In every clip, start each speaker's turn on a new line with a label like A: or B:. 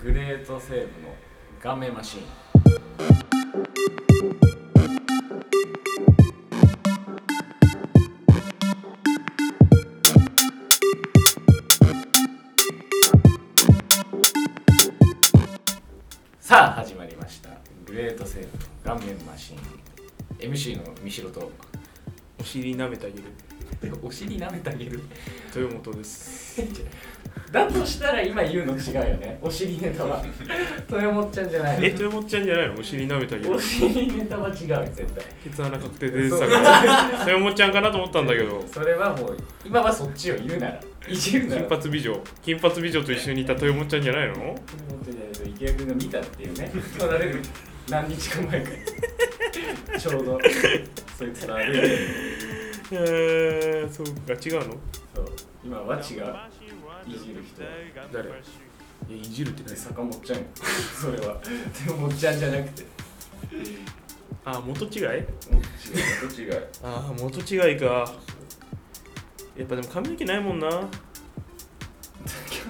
A: グレートセーブのガメマシンさあ始まりましたグレートセーブのガメマシン MC の三代と
B: お尻舐めてあげる
A: お尻舐めてあげる
B: 豊本です
A: だとしたら今言うの違うよねお尻ネタは 豊本ちゃんじゃな
B: え
A: い
B: 豊本ちゃんじゃないのお尻舐めてあげる
A: お尻ネタは違う絶対
B: 血穴確定で出 てたから豊本ちゃんかなと思ったんだけど
A: それはもう今はそっちを言うならいじるなら
B: 金
A: 本
B: 髪美女金髪美女と一緒にいた豊本ちゃんじゃないの
A: 当にあれ池谷君が見たっていうね取られる何日か前からちょうどそいつら歩いてる
B: えー、そうか違うの
A: そう今は違ういじる人
B: 誰いやいじるって
A: 坂本ちゃんよそれはでももっちゃんじゃなくて
B: あ元違い
A: もっちがと違う
B: ああ元違いかやっぱでも髪の毛ないもんな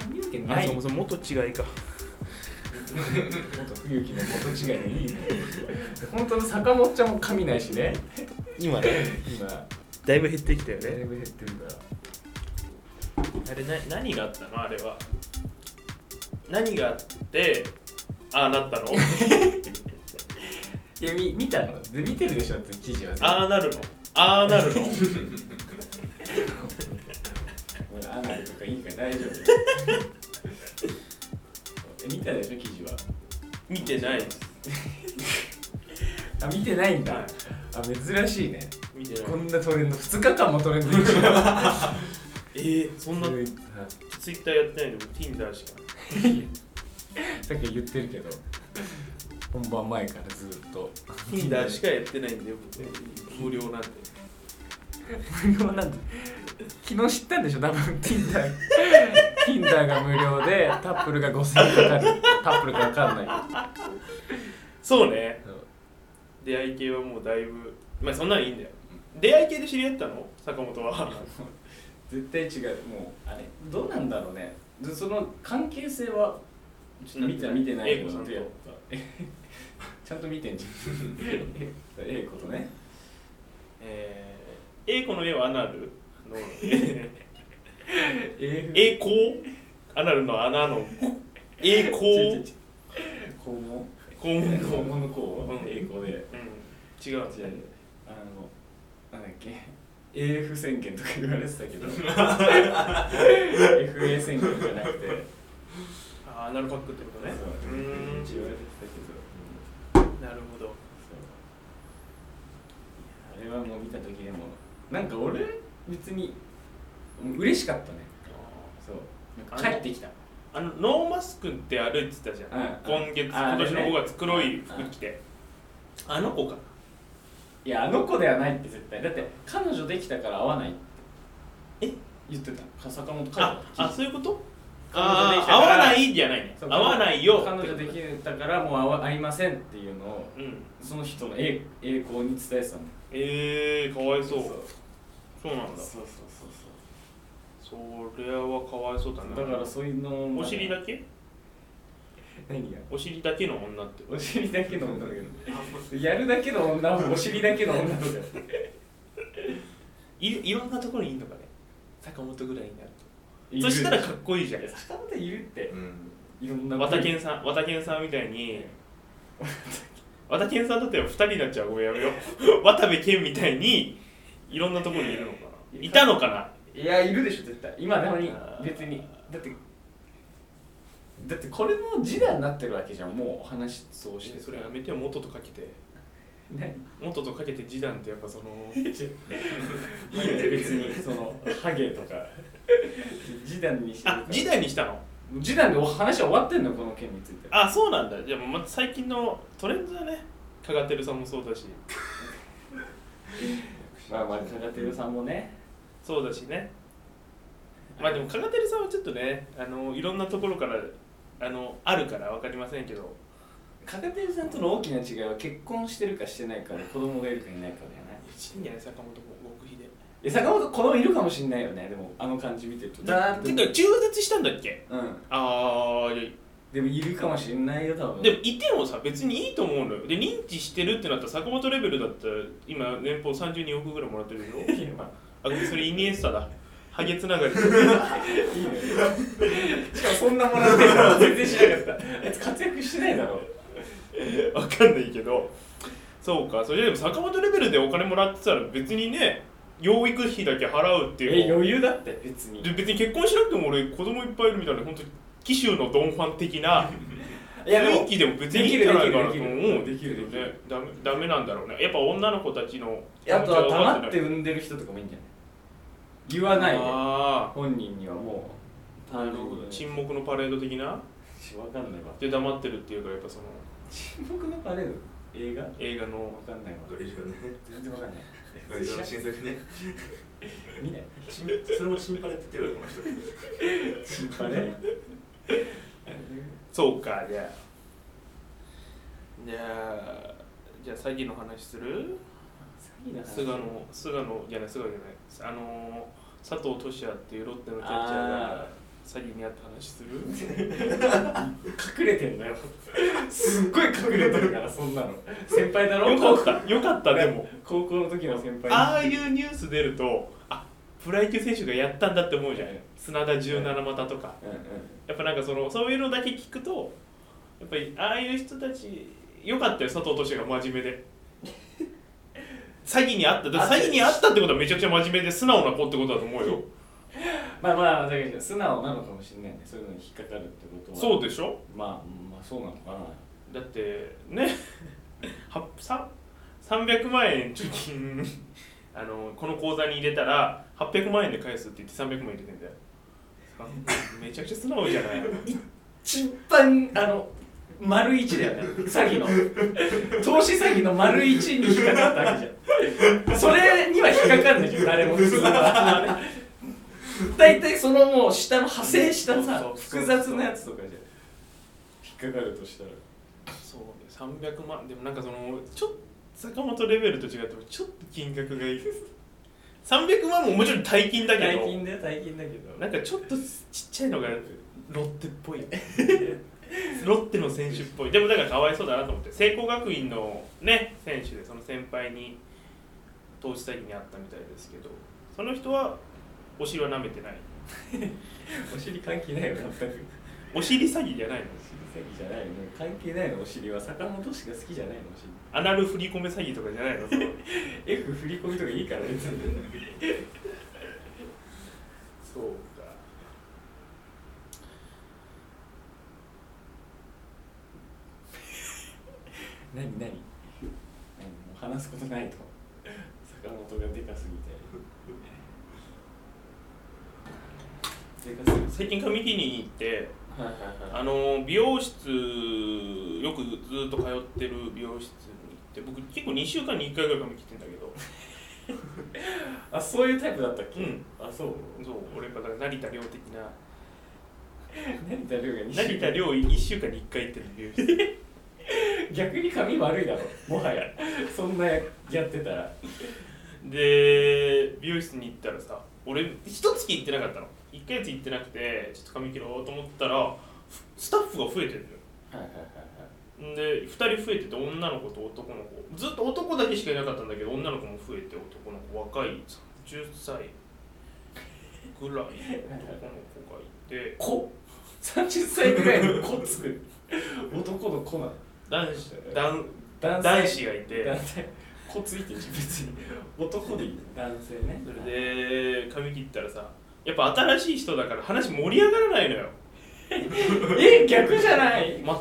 A: 髪の毛
B: あ
A: ない
B: そ
A: も
B: も
A: っ
B: そも元違いか
A: と冬木の元違いでいいね本当の坂本ちゃんも髪ないしね
B: 今ね
A: 今だ
B: だいぶ減ってきたよね
A: いぶ減ってるから
C: あれな何があったのあれは何があってああなったの
A: いやみ見たので見てるでしょって記事は
C: ああなるのああなるの
A: ほらアナルとかいいから大 丈夫え見たでしょ記事は
C: 見てないです
A: あ見てないんだあ珍しいね
C: 見てない
A: こんなトレンド2日間もトレンド1
C: えー、そんな
A: 位
C: ツイッターやってないの Tinder しか
A: さっき言ってるけど本番前からずっと
C: Tinder しかやってないんだよ僕無料なんで
A: 無料なんで 昨日知ったんでしょ多分 Tinder Tinder が無料でタップルが5000円かかるタップルかわかんない
C: そうね
A: けど
C: 出会い系はもうだいぶまあそんなのいいんだよ出会い系で知り合ったの坂本は
A: 絶対違うもうあれどうなんだろうねでその関係性はちょっと見て見てない
C: 英子さんと
A: ちゃんと ちゃんと見てんじゃ んええことね
C: えー、A 子の絵はアナル のえー
A: え
C: 栄光アナルの穴 の栄
A: ち
C: 光
A: ち肛門
C: 肛門の
A: 肛門の肛
C: うん
A: 英語で
C: うん違う
A: じゃああのなんだっけ AF 宣言とか言われてたけ ど FA 宣言じゃなくて
C: あーアナルパックってことね
A: そう
C: うーん
A: 一応言われてたけど
C: なるほど
A: そうあれはもう見た時でもなんか俺別にもう嬉しかったねそうなんか帰ってきた
C: あのノーマスクって歩いてたじゃん
A: うん
C: 今月
A: あ
C: 今年の
A: あれね
C: 5月黒い服着てあの子か
A: いやあの子ではないって絶対だって彼女できたから会わないって
C: え
A: 言ってた坂本彼
C: あ
A: 女
C: あそういうこと
A: 彼女でき
C: あ
A: た
C: あ合
A: から
C: わないじゃないね
A: そ
C: 合
A: う
C: わないよ
A: 彼女できたからもう会わ会いませんっていうのを
C: うん
A: その人の栄栄光に伝えてたんだ
C: えー、かわいそうそうなんだ
A: そうそうそう
C: それはかわいそうだ
A: そうだから
C: な
A: そういうのも
C: お尻だけ
A: 何が
C: お尻だけの女って
A: お尻だけの女だけどやるだけの女をお尻だけの女とか
C: いいろんなところにいんのかね坂本ぐらいになる
A: いる
C: とそしたらかっこいいじゃん
A: 坂本いるっていろんな
C: わたけんさんわたけんさんみたいにわたけんさんだったら2人になっちゃうごめんやめよ う渡部健みたいにいろんなところにいるのかないたのかない
A: やいるでしょ絶対今なのに
C: あー
A: 別にだってだってこれも時代になってるわけじゃんもう話そうして
C: それやめてよ元とかけて
A: ね
C: 元とかけて示談ってやっぱその
A: いいよね別にそのハゲとか時代にしてる
C: あ示談にしたの
A: 時代でお話は終わってんのよこの件について
C: あそうなんだじゃあもうまた最近のトレンドだねかがてるさんもそうだし
A: まあまあカラテルさんもね
C: そうだしねまあでもかがてるさんはちょっとねあのいろんなところからあのあるから分かりませんけど
A: カラテルさんとの大きな違いは結婚してるかしてないかで子供がいるかいないかだよね
C: 死んじゃない坂本極秘で
A: え坂本子供いるかもしんないよねでもあの感じ見てると
C: てか中絶したんだっけ
A: うん
C: ああ
A: でもいるかもしれないよ多分
C: でもいてもさ別にいいと思うのよで認知してるってなったら坂本レベルだったら今年俸32億ぐらいもらってるでし
A: い
C: ょ
A: やま
C: あそれイニエスタだハゲつながり
A: あいいねしかもそんなもらってるの全然しなかったあいつ活躍してないだろ
C: わかんないけどそうかそれでも坂本レベルでお金もらってたら別にね養育費だけ払うっていう
A: え
C: の
A: 余裕だって別に
C: で別に結婚しなくても俺子供いっぱいいるみたいな本当に紀州のドンファン的ない
A: やで
C: 雰囲
A: も
C: 気でも別にいいんじゃないかなと
A: でき
C: 思
A: るできる
C: う
A: できるできる
C: んだよねダメダメなんだろうねやっぱ女の子たちの
A: あとは黙って産んでる人とかもいいんじゃない言わないで
C: あ
A: 本人にはも
C: あなるほど沈黙のパレード的な
A: うわかんないわ
C: で黙ってるっていうかやっぱその
A: 沈黙のパレード映画わ
C: 映画の
A: かんないわ
D: ゴリラね
A: 全然わかんない
D: ゴリラの新作ね
A: 見 ない
D: 新それも新パレって言ってるわこの人
A: 沈黙ね
C: そうかじゃあじゃあじゃあ詐欺の話する
A: 詐欺な
C: 菅野菅野じゃない菅野じゃないあのー佐藤俊也っていうロッテのキャッチャーが
A: あ
C: 詐欺にあった話する
A: 隠れてんだよすっごい隠れてるからそんなの先輩だろ
C: よかったよかったでも
A: 高校の時の先輩
C: ああいうニュース出るとあプロ野球選手がやったんだって思うじゃん砂田17股とか
A: うんうん
C: やっぱなんかそのそういうのだけ聞くとやっぱりああいう人たちよかったよ佐藤俊也が真面目で 詐欺にあっただって詐欺にあったってことはめちゃくちゃ真面目で素直な子ってことだと思うよ
A: まあまあだけど素直なのかもしれないねそういうのに引っかかるってことは
C: そう
A: う
C: でしょ
A: まあまあそうなのかな
C: だってね はさ300万円貯金 あのこの口座に入れたら800万円で返すって言って300万円入れてんだよさめちゃくちゃ素直じ ゃない
A: 一番あの丸一だよね詐欺の投資詐欺の丸一に引っかかったわけじゃんそれには引っかかんないじゃん誰も普通は大体そのもう下の派生したさ
C: そうそうそう
A: 複雑なやつとかじゃん引っかかるとしたら
C: そうね300万でもなんかそのちょっと坂本レベルと違ってちょっと金額がいい300万ももちろん大金だけ
A: 大
C: ど
A: 金だよ大金だけ
C: なんかちょっとちっちゃいのがロッテっぽいロッテの選手っぽいでもだからかわいそうだなと思って聖光学院のね選手でその先輩に投資詐欺にあったみたいですけどその人はお尻は舐めてない
A: どお尻関係ないよ全く詐欺
C: お尻詐欺じゃないの
A: じゃないよね関係ないのお尻は坂本氏が好きじゃないのお尻
C: アナル振り込め詐欺とかじゃないのその
A: F 振り込みとかいいから別に
C: そうか
A: 何何何もう話すことないと坂本がでかすぎてでかすぎて
C: 最近髪切りに行って
A: はいはいはい
C: あの美容室よくずっと通ってる美容室に行って僕結構2週間に1回ぐらい髪切ってんだけど
A: あそういうタイプだったっけ、
C: うん
A: あそう
C: そう俺やっぱだから成田凌的な
A: 成田凌が西
C: 成田凌1週間に1回行ってる美容室
A: 逆に髪悪いだろもはやそんなやってたら
C: で美容室に行ったらさ俺一月行ってなかったの1ヶ月行ってなくてちょっと髪切ろうと思ったらふスタッフが増えてるのよ
A: はいはいはい
C: で2人増えてて女の子と男の子ずっと男だけしかいなかったんだけど女の子も増えて男の子若い10歳ぐらいの男の子がいて
A: 子30歳ぐらいの子つく男の子なの
C: 男子男
A: 男
C: 男子がいて
A: 男性子ついてるし別に男でいい男性ね
C: それで髪切ったらさやっぱ新しい人だから話盛り上がらないのよ
A: え逆じゃない
C: 全く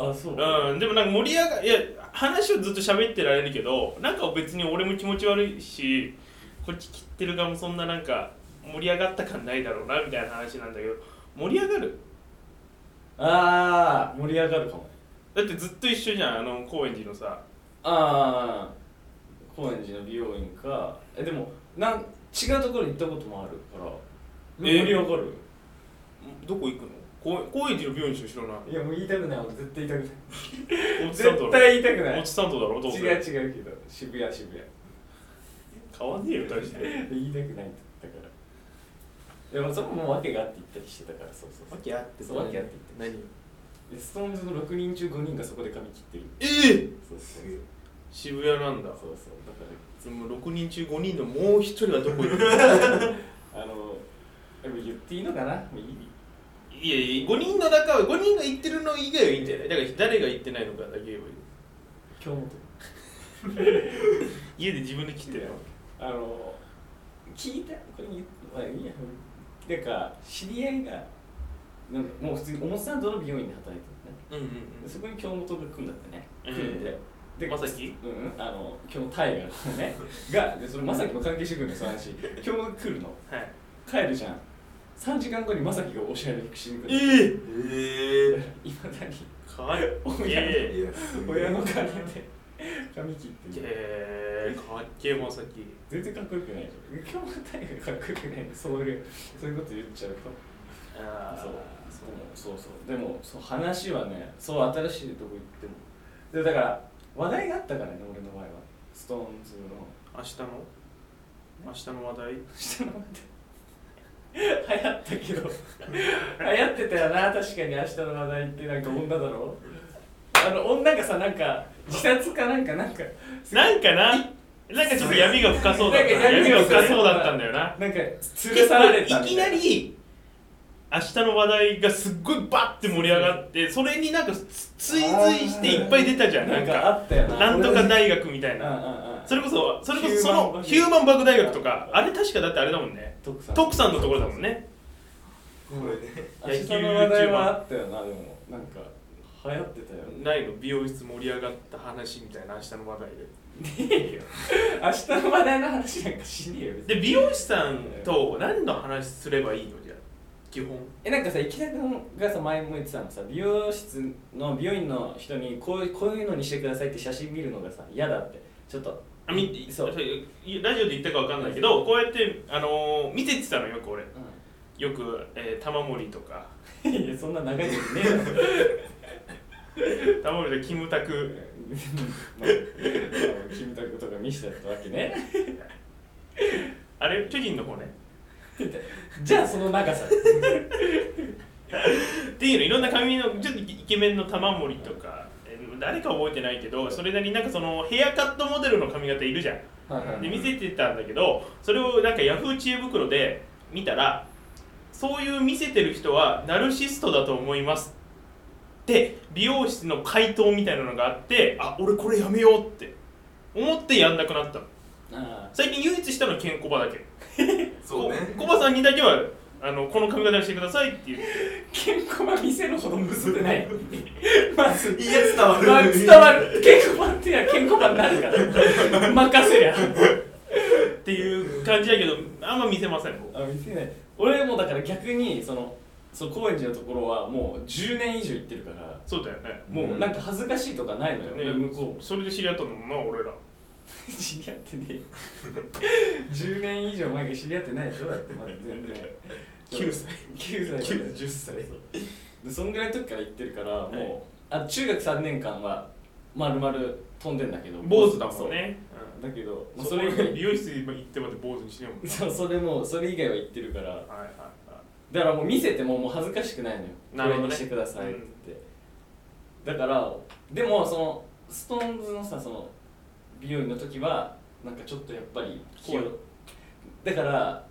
A: あそう
C: うんでもなんか盛り上がいや話をずっと喋ってられるけどなんか別に俺も気持ち悪いしこっち切ってる側もそんななんか盛り上がった感ないだろうなみたいな話なんだけど盛り上がる
A: ああ盛り上がるかも
C: だってずっと一緒じゃんあの高円寺のさ
A: ああ高円寺の美容院かえでもなん違うところに行ったこともあるから
C: え
A: 盛り上がるよ
C: どこ行くの高高円寺の病院しか知らない
A: いやもう言いたくない俺絶対言いたく
C: お
A: ない
C: じ
A: 絶
C: さんとだろ
A: 対言いたくない
C: おじさんとだろどうせ
A: 違う違うけど渋谷渋谷
C: 買わねえよ大して
A: 言いたくないって言ったからいやまあそこも訳があって言ったりしてたからそうそうそう
C: 訳あって
A: そう訳あって言って
C: 何
A: でストーンズの6人中5人がそこで髪切ってる
C: えー、
A: そうそう
C: 渋谷なんだ
A: そうそうだから
C: その6人中5人のもう1人はどこ行く
A: あのでも言っていいのかな右に
C: いやいや5人の中は5人が行ってるの以外はいいんじゃないだから誰が行ってないのかだけ言えばいい
A: 京本
C: 家で自分で切ってないわ
A: あの聞いたこれにまあいいやてか知り合いがなんかもう普通に表参道の美容院で働いてるね
C: けうんうん
A: でそこに京本が来んだってね
C: う
A: 来
C: ん
A: るんで、で
C: まさき
A: うんあの京本大河の ねがでそれまさきも関係してくるのその話京本来るの
C: はい
A: 帰るじゃん3時間後にまさきがおしゃれにしに来る
C: ええ
D: ええ
A: いまだに
C: かわいい
A: いや
C: え
D: いやすごい
A: 親の金で髪切ってる
C: えかっけえまさき
A: 全然かっこよくないでしょ京本大河かっこよくないんでそういうそういうこと言っちゃうと
C: ああ
A: そうそうそうそうでもそう話はねそう新しいとこ行ってもでだから話題があったからね俺の場合はストーンズの
C: 明日の明日の話題
A: 下の話題流行ったけど流行ってたよな確かに明日の話題ってなんか女だろあの女がさなんか自殺かなんかなんか
C: なんかななんかちょっと闇が深そうだった
A: なんか
C: 闇
A: 闇が
C: が
A: 深そう
C: 深そうだったんだよな
A: なんか吊るされ
C: い
A: てた
C: きなり明日の話題がすっごいバッて盛り上がってそれになんかつ追随していっぱい出たじゃんな
A: なんんかあ
C: か
A: ったよな
C: なんとか大学みたい
A: うんうん
C: な
A: うん
C: それこそそれこそそのヒ
A: ヒュ
C: ュー
A: ー
C: マ
A: マ
C: ン
A: ン
C: バ
A: バ
C: グ
A: グ
C: 大
A: 大
C: 学
A: 学
C: とかあれ確かだってあれだもんね
A: 徳さん
C: 徳さんのところだもんね
D: これね
A: 明日の話題はあったよなでもなんか流行ってたよ
C: ないの美容室盛り上がった話みたいな明日の話
A: ね
C: 題
A: えよ明日の話題の話なんかしねえよ別に
C: でで美容師さんと何の話すればいいのじゃあ基本
A: えなんかさ池田君がさ前も言ってたのさ美容室の美容院の人にこういうこういうのにしてくださいって写真見るのがさ嫌だってちょっと
C: あみ
A: そう、うん、
C: ラジオで言ったかわかんないけどこうやって、あのー見てってたのよく俺よく、えー、玉森とか
A: いやそん な長いことねえだろ
C: 玉森とキムタク
A: まあキムタクとか見せてたわけね
C: あれ巨人の方ね
A: じゃあその長さ
C: っていうのいろんな髪のちょっとイケメンの玉森とか、えー誰か覚えてないけどそれなりになんかそのヘアカットモデルの髪型いるじゃんで見せてたんだけどそれをなんかヤフー知恵袋で見たらそういう見せてる人はナルシストだと思いますって美容室の回答みたいなのがあってあ俺これやめようって思ってやんなくなったの
A: あ
C: 最近唯一したのはケンコバだけ
D: そうね
C: ココバさんにだけはあのこの髪型にしてくださいって言って
A: あケンコバ見せるほど結んでない まず
D: いや伝わる
A: まあ、伝わるケンコバってやケンコバになるから任せりゃ
C: っていう感じだけどあんま見せません僕
A: あ見せない俺もだから逆にそのそう高円寺のところはもう10年以上行ってるから
C: そうだよね
A: もうなんか恥ずかしいとかないのよ、
C: ね
A: 向こう
C: それで知り合ったのもな俺ら
A: 知り合ってねえよ10年以上前から知り合ってないでしょだってまだ全然
C: 9歳
A: 9歳
D: 9
A: 10歳でそんぐらいの時から行ってるから、
C: はい
A: もうあ中学3年間はまるまる飛んでんだけど
C: 坊主だもんね
A: そうだけど
C: う
A: も
C: ん
A: うそれ以外
C: 美容室今行ってまで坊主にしねえもんな
A: そうそれもそれ以外は行ってるから
C: はいはいは
A: だからもう見せてももう恥ずかしくないのよ
C: なるほど
A: こ
C: ね
A: れにしてくださいって、だからでもそのストーンズのさその美容院の時はなんかちょっとやっぱり気を
C: 怖い
A: だから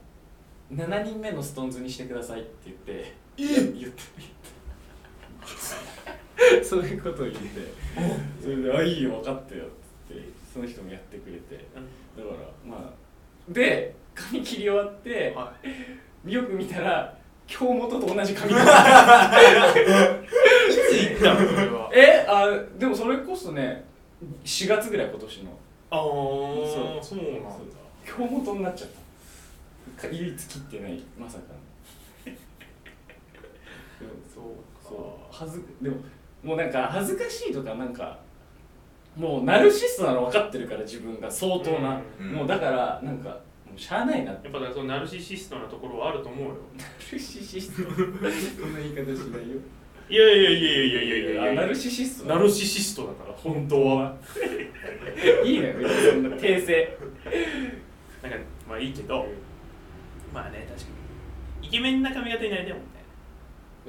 A: 7人目のストーンズにしてくださいって言って言って言ったそういうことを言ってそれで「あいいよ分かったよ」って言ってその人もやってくれてだからまあで髪切り終わって、
C: いはい
A: よく見たら京本と同じ髪 型
C: いつ行ったのそれは
A: えあでもそれこそね4月ぐらい今年の
C: ああそうそうなんだ
A: 京本になっちゃったか唯一切ってないまさかのでも
C: そう
A: そう
C: か
A: 恥ずでももうなんか恥ずかしいとかなんかもうナルシストなの分かってるから自分が相当な、
D: うん
A: もうだからなんかもうしゃあないなって
C: やっぱだからそのナルシシストなところはあると思うよ
A: ナルシシストそんな言い方しないよ
C: いやいやいやいやいやいやいや
A: あナルシシスト
C: ナルシシストだから本当はい
A: いねそんな訂正
C: なんかまあいいけどまあね確かにイケメンな髪型になりたいもん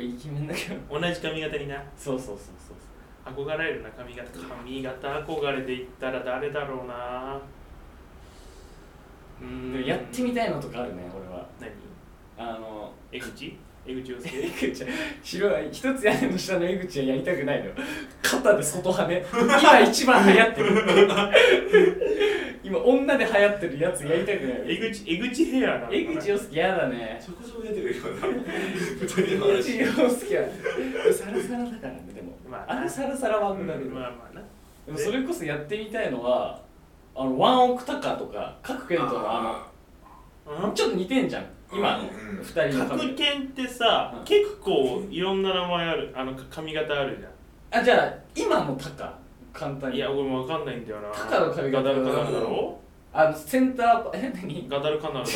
C: ね
A: イケメンだけど
C: 同じ髪型にな
A: そうそうそうそう
C: 憧れるな髪型髪型憧れで言ったら誰だろうなう
A: そう
C: ー
A: で
C: ん
A: もやってみたいのとかあるね俺は
C: 何
A: あの
C: 江口江口洋 介
A: 江口は白い一つ屋根の下の江口はやりたくないのよ肩で外跳ね今一番流行ってる今女で流行ってるやつやりたくない
C: 江口江口ヘアなのかな
A: 江口洋介嫌だね
D: ちょこちょこ出てくるような二人
A: 江
D: の
A: 口
D: 話
A: 洋介はサラサラだからねでも、
C: まあ
A: あ、れサラサラは無駄で、
C: まあまあな
A: でもそれこそやってみたいのはあのワンオクタカとか各県とのあのちょっと似てんじゃん今の
D: うんう
A: 二
D: ん
A: 人の
C: 角
A: 髪
C: 犬ってさ、
A: うん
C: 結構いろんな名前あるあの髪型あるじゃ
A: あじゃあ今のタカ簡単
C: ん
A: に
C: いや俺もわかんないんだよな
A: タカの髪型
C: ガダルカナルだろ
A: あのセンターパえ何
C: ガダルカナルだ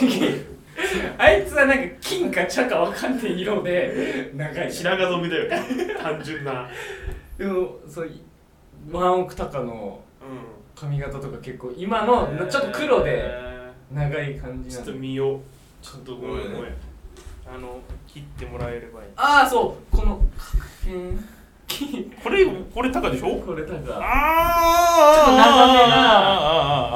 A: あいつはなんか金か茶かわかんない色で長
C: ろ
A: い
C: 白髪染めだよ単純な
A: でもそういワンオクタカの
C: う
A: 髪型とか結構今の
C: ん
A: ちょっと黒で
C: え
A: 長い感
C: ー
A: じ
C: ちょ
A: な
C: っ
A: ん
C: と
A: で
C: 見ようちょっとごめん
D: ごめんね
C: ごめんあの切ってもらえればいい
A: ああそうこの金
C: これこれタカでしょ
A: これタ
C: あー
A: カ
C: あーあー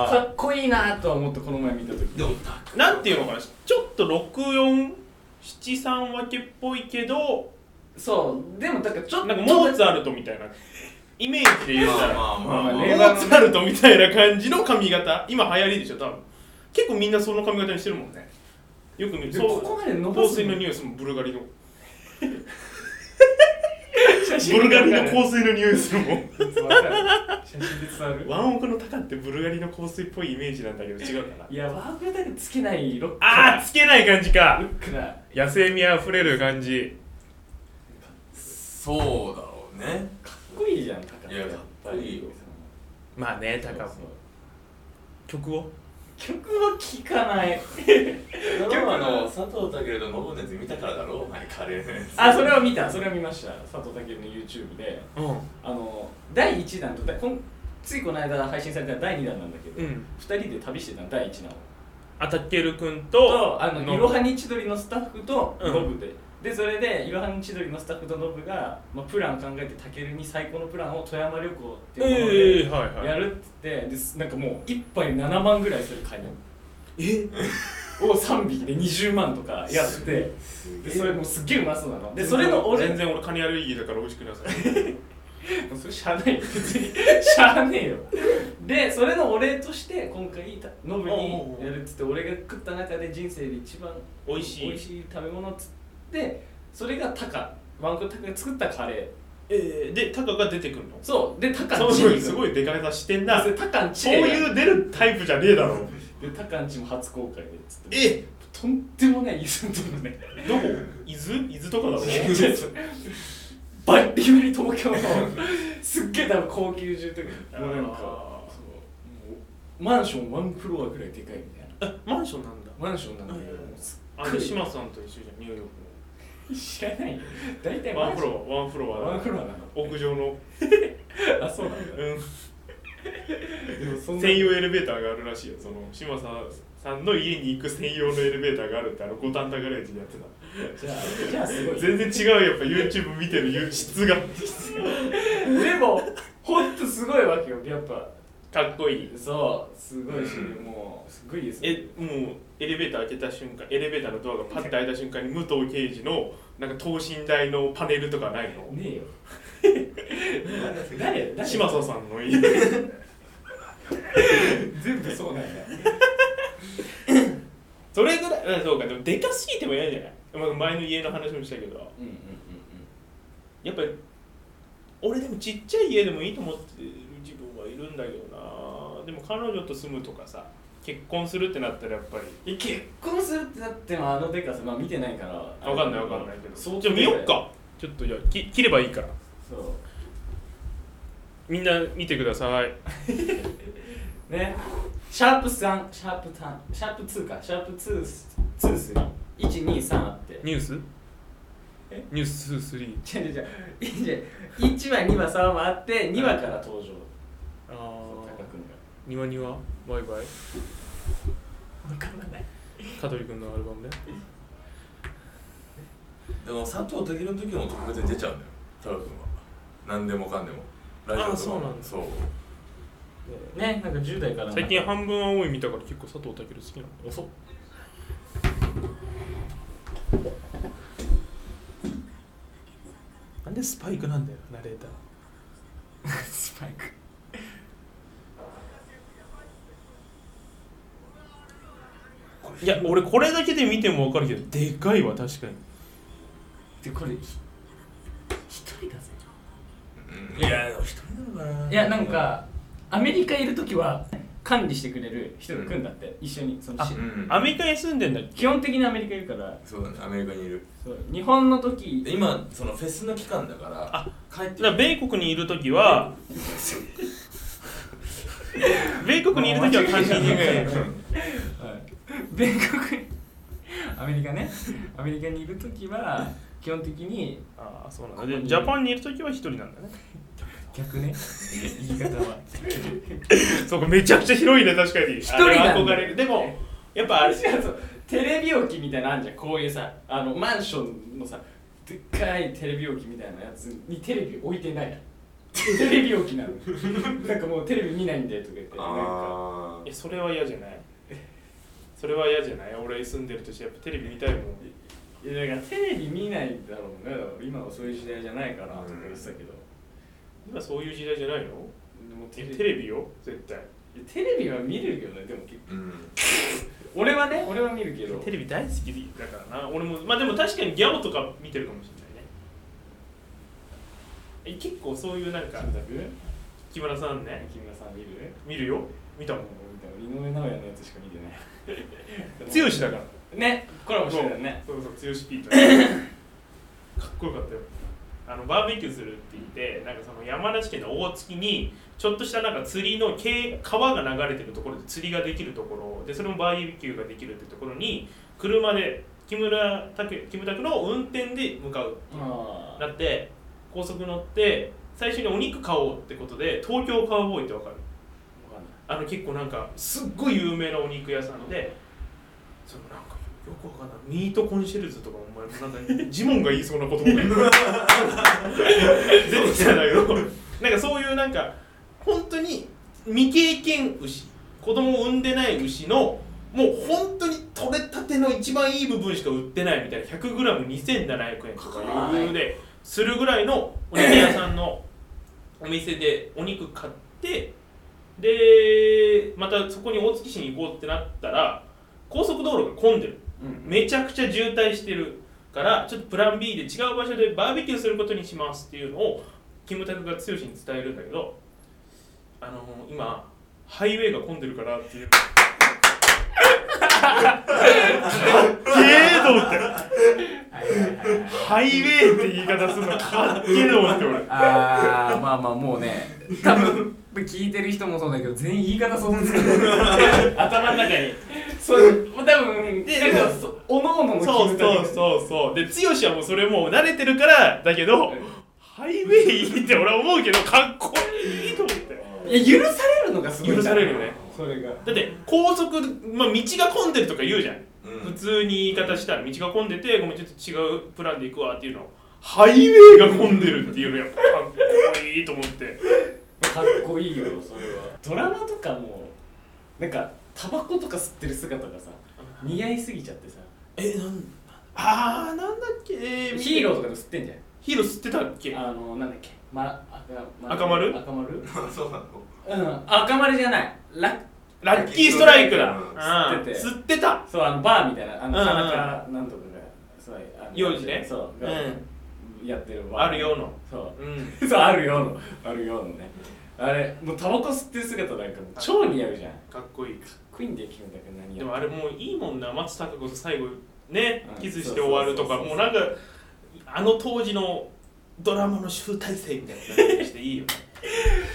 C: あーあー
A: かっこいいなとは思ってこの前見た時
D: でも
C: なんていうのかなちょっと6473分けっぽいけど
A: そうでもだからちょっ
C: な
A: と
C: んかモーツァルトみたいなイメージで言ったら、
D: まあまあまあ
A: まあ
D: ま
A: ね
D: あ
C: モーツァルトみたいな感じの髪型今流行りでしょ多分結構みんなその髪型にしてるもんねよく見る
A: で
C: そ
A: こ
C: う
A: こまで伸ば
C: 香
A: す
C: 水の匂いするもんブルガリの
A: 写真
C: ブルガリの
A: わ
C: 香水の匂いするもん
A: かる写真で伝わる
C: ワンオクのタカってブルガリの香水っぽいイメージなんだけど違うかない
A: やワークだけつけないロック
C: あーつけない感じか
A: ロックな
C: 野生味あふれる感じ
D: そうだろうね
A: かっこいいじゃんタカ
D: いやかっこいいよ
C: まあねタカも曲を
A: 曲は聴かない
D: 今日あの佐藤健とノブのやつ見たからだろお前カレーのやつ
A: あそれを見たそれを見ました佐藤健の YouTube で
C: うん
A: あの第1弾とだこんついこの間配信された第2弾なんだけど、
C: う
A: 二
C: ん
A: 2人で旅してたの第1弾を
C: あたけるくん
A: と
C: と
A: あのいろはにちどりのスタッフと
C: うん
A: ノブで、でそれでいろはにちどりのスタッフとノブが、まあ、プラン考えてたけるに最高のプランを富山旅行って
C: え
A: い
C: え
A: うも
C: はい
A: の
C: はい
A: でやるっつってですなんかもう1杯7万ぐらいするカニ
C: え
A: を3匹で20万とかやって
D: すげ
A: で
D: え
A: それもうすっげえうまそうなのでそれの俺
C: 全然俺カニアレルギーだから美味しくなさい
A: それしゃあないよ別に しゃあねえよでそれのお礼として今回たノブ
C: おうおうお
A: に
C: う
A: やるっつって俺が食った中で人生で一番
C: 美味しい
A: 美味しい食べ物っつってそれがタカワンコタカが作ったカレー
C: えー、でタカが出てくるの
A: そうでタカ
C: そ
A: ン
C: う
A: チ
C: そう
A: に
C: す
A: い
C: ごいデカネタしてんな
A: そ
C: そ
A: れタカンチ
C: ういう出るタイプじゃねえだろ
A: でタカンチも初公開でっつって
C: え
A: とんでもないイズムとのね
C: どこ伊豆伊豆とかだろ
A: バリバリ東京のすっげえ多分高級住宅
C: あー
A: もうなんかそうもうマンションワンフロアぐらいでかいみたいな
C: えマンションなんだ
A: マンションなんだけど
C: うん
A: もうす
C: あの島さんと一緒じゃんニューヨーク
A: 知らないよ大体
C: のワ
A: マ
C: ン
A: ン
C: フ
A: ション
C: ロアワンフロア
A: ワンフロアなの
C: 屋上の、
A: あそうなんだ
C: う
A: でもそん
C: ん、
A: な
C: 専用エレベーターがあるらしいよその島さんさんの家に行く専用のエレベーターがあるってあの五反田ガレージでやってた
A: じゃあじゃあすごい
C: 全然違うよやっぱ YouTube 見てる質が
A: でもほんとすごいわけよやっぱ
C: かっこいい
A: そうすごいし
D: うん
A: もうすごいですよ
C: えもうエレベーター開けた瞬間エレベーターのドアがパッて開いた瞬間に武藤刑事のなんか等身大のパネルとかないの
A: ねえよ 誰誰
C: 嶋佐さんの 家で
A: 全部そうなんだ
C: それぐらいあそうかでもでかすぎても嫌じゃないまあ前の家の話もしたけど
A: うんうんうん
C: やっぱり俺でもちっちゃい家でもいいと思ってる自分はいるんだけどなでも彼女と住むとかさ結婚するってなったらやっぱり
A: うんえ結婚するってなってもあのデカさまあ見てないから
C: 分かんない分かんないけ
A: そ
C: ど
A: う
C: じゃあ見よっかちょっとじゃあき切ればいいから
A: そう
C: みんな見てください
A: ねシャープ3シャープ3シャープ2かシャープ2す2すり123あって
C: ニュース
A: え
C: ニュース3
A: 違う違う違う1話2話3話あって2話から登場
C: あ
A: そうタカ君が
C: ニワニワバイバイ
A: 分かんない
C: 香取君のアルバムね
D: でも佐藤健の時も特別に出ちゃうんだよ太郎君は何でもかんでもラジオとかも
B: あそうなんだ
D: そう
A: ねなんか10代から
B: 最近半分青い見たから結構佐藤健好きなの
A: 遅っ
B: なんでスパイクなんだよナレーター
A: スパイク
B: いや俺これだけで見ても分かるけどでかいわ確かに
A: でこれひ一人だぜ
D: うんいやでも一人なのかない
A: いやなんかアメリカいる時は管理してくれる人が来るんだって、一緒にそのし
D: うん
B: アメリカに住んでんだっけ
A: 基本的にアメリカいるから
D: そうだねアメリカにいる
A: そう日本の
D: で
A: 時
D: 今そのフェスの期間だから
B: あ
D: 帰って
B: だから米国にいる時 は米国にいる時は管理人がいる
A: 米国にアメリカねアメリカにいる時は基本的に
B: ああそうなんだでジャパンにいる時は一人なんだね
A: 逆ね言い方は
B: そうかめちゃくちゃ広いね確かに一
A: 人なんだよ
C: 憧れるでもやっぱあ
A: あ
C: れ
A: れじゃんそうテレビ置きみたいなのあんじゃんこういうさあのマンションのさでっかいテレビ置きみたいなやつにテレビ置いてないテレビ置きなのなんかもうテレビ見ないんでとか言ってなんか
D: あ
C: えそれは嫌じゃない それは嫌じゃない俺住んでるとしてやっぱテレビ見たいもん
A: いやだからテレビ見ないだろうね今はそういう時代じゃないからとか言ってたけど、
C: 今そういう時代じゃないの
A: でもテ
C: え
A: レビ
C: テレビよ絶対
A: テレビは見るけどねでも結構
D: ーうん
A: 俺はね俺は見るけど
C: テレビ大好きだからな俺もまあでも確かにギャオとか見てるかもしれないねえ結構そういうなん
A: キ
C: か
A: ムタク
C: 木村さんね
A: 木村さん見る
C: 見るよ見たもん
A: 俺見た井上尚弥のやつしか見て な
B: 剛
A: い
B: だから
A: ねコラボしてたよね
C: そうそう剛ピーター かっこよかったよあのバーベキューするって言ってなんかその山梨県の大月にちょっとしたなんか釣りの渓川が流れてるところで釣りができるところでそれもバーベキューができるってところに車で木村拓哉キムタクの運転で向かう
A: あ
C: だって高速乗って最初にお肉買おうってことで東京カウボーイってわかるあの結構なんかすっごい有名なお肉屋さんでそのなんかよくわかんないミートコンシェルジュとかお前なんかジモンが言いそうなことも出てきたんだけどなんかそういうなんか本当に未経験牛子供を産んでない牛のもう本当に取れたての一番いい部分しか売ってないみたいな 100g2700 円とか余裕でするぐらいのお肉屋さんのお店でお肉買ってでまたそこに大月市に行こうってなったら高速道路が混んでる
A: うん
C: めちゃくちゃ渋滞してるからちょっとプラン B で違う場所でバーベキューすることにしますっていうのをキムタクが剛に伝えるんだけどあの今ハイウェイが混んでるからっていう。
B: ゲードって
A: はいはいはいはい
B: ハイウェイって言い方するのかっけえと思って俺
A: あーまあまあもうね多分聞いてる人もそうだけど全員言い方そうですけど
C: 頭の中に
A: そう多分
C: で
A: なんかそおのおのの
C: そうそう
A: う
C: そうそうで剛はもうそれもう慣れてるからだけどハイウェイって俺は思うけどかっこいいと思って
A: いや許されるのがすごい
C: 許されるよね
A: それが
C: だって高速、まあ、道が混んでるとか言うじゃん、
D: うん
C: 普通に言い方したら道が混んでてごめんちょっと違うプランで行くわっていうのハイウェイが混んでるっていうのやっぱかっこいいと思って
A: かっこいいよそれはドラマとかもなんかタバコとか吸ってる姿がさ似合いすぎちゃってさ
D: えなん
C: あーなんだっけ
A: ヒーロー
C: ー
A: とかで吸ってんじ
C: ヒーロー吸ってたっけ
A: ゃんあのなんだっけ、ま、赤
C: 赤丸
A: 赤丸
D: そうなの
A: うん赤丸じゃないラ
C: ラッキーストライクだ
D: うん
A: 吸ってて
C: うん吸ってた
A: そうあのバーみたいなあの
C: うんうんうん
A: 花からなんとかがそうあの
C: 幼児ね
A: そうがやってるバー
C: あるよの
A: そう
C: うん
A: そうあるよのあるよのねあれもうタバコ吸ってる姿なんかもう超似合うじゃんか
C: かっこいい
A: っこいいんだよキムタク何やって
C: でもあれもういいもんな松たか子と最後ね
A: うん
C: キスして終わると
A: そ
C: か
A: う
C: も
A: そううそうそう
C: なんかあの当時のドラマの集大成みたいな感じしていいよ ね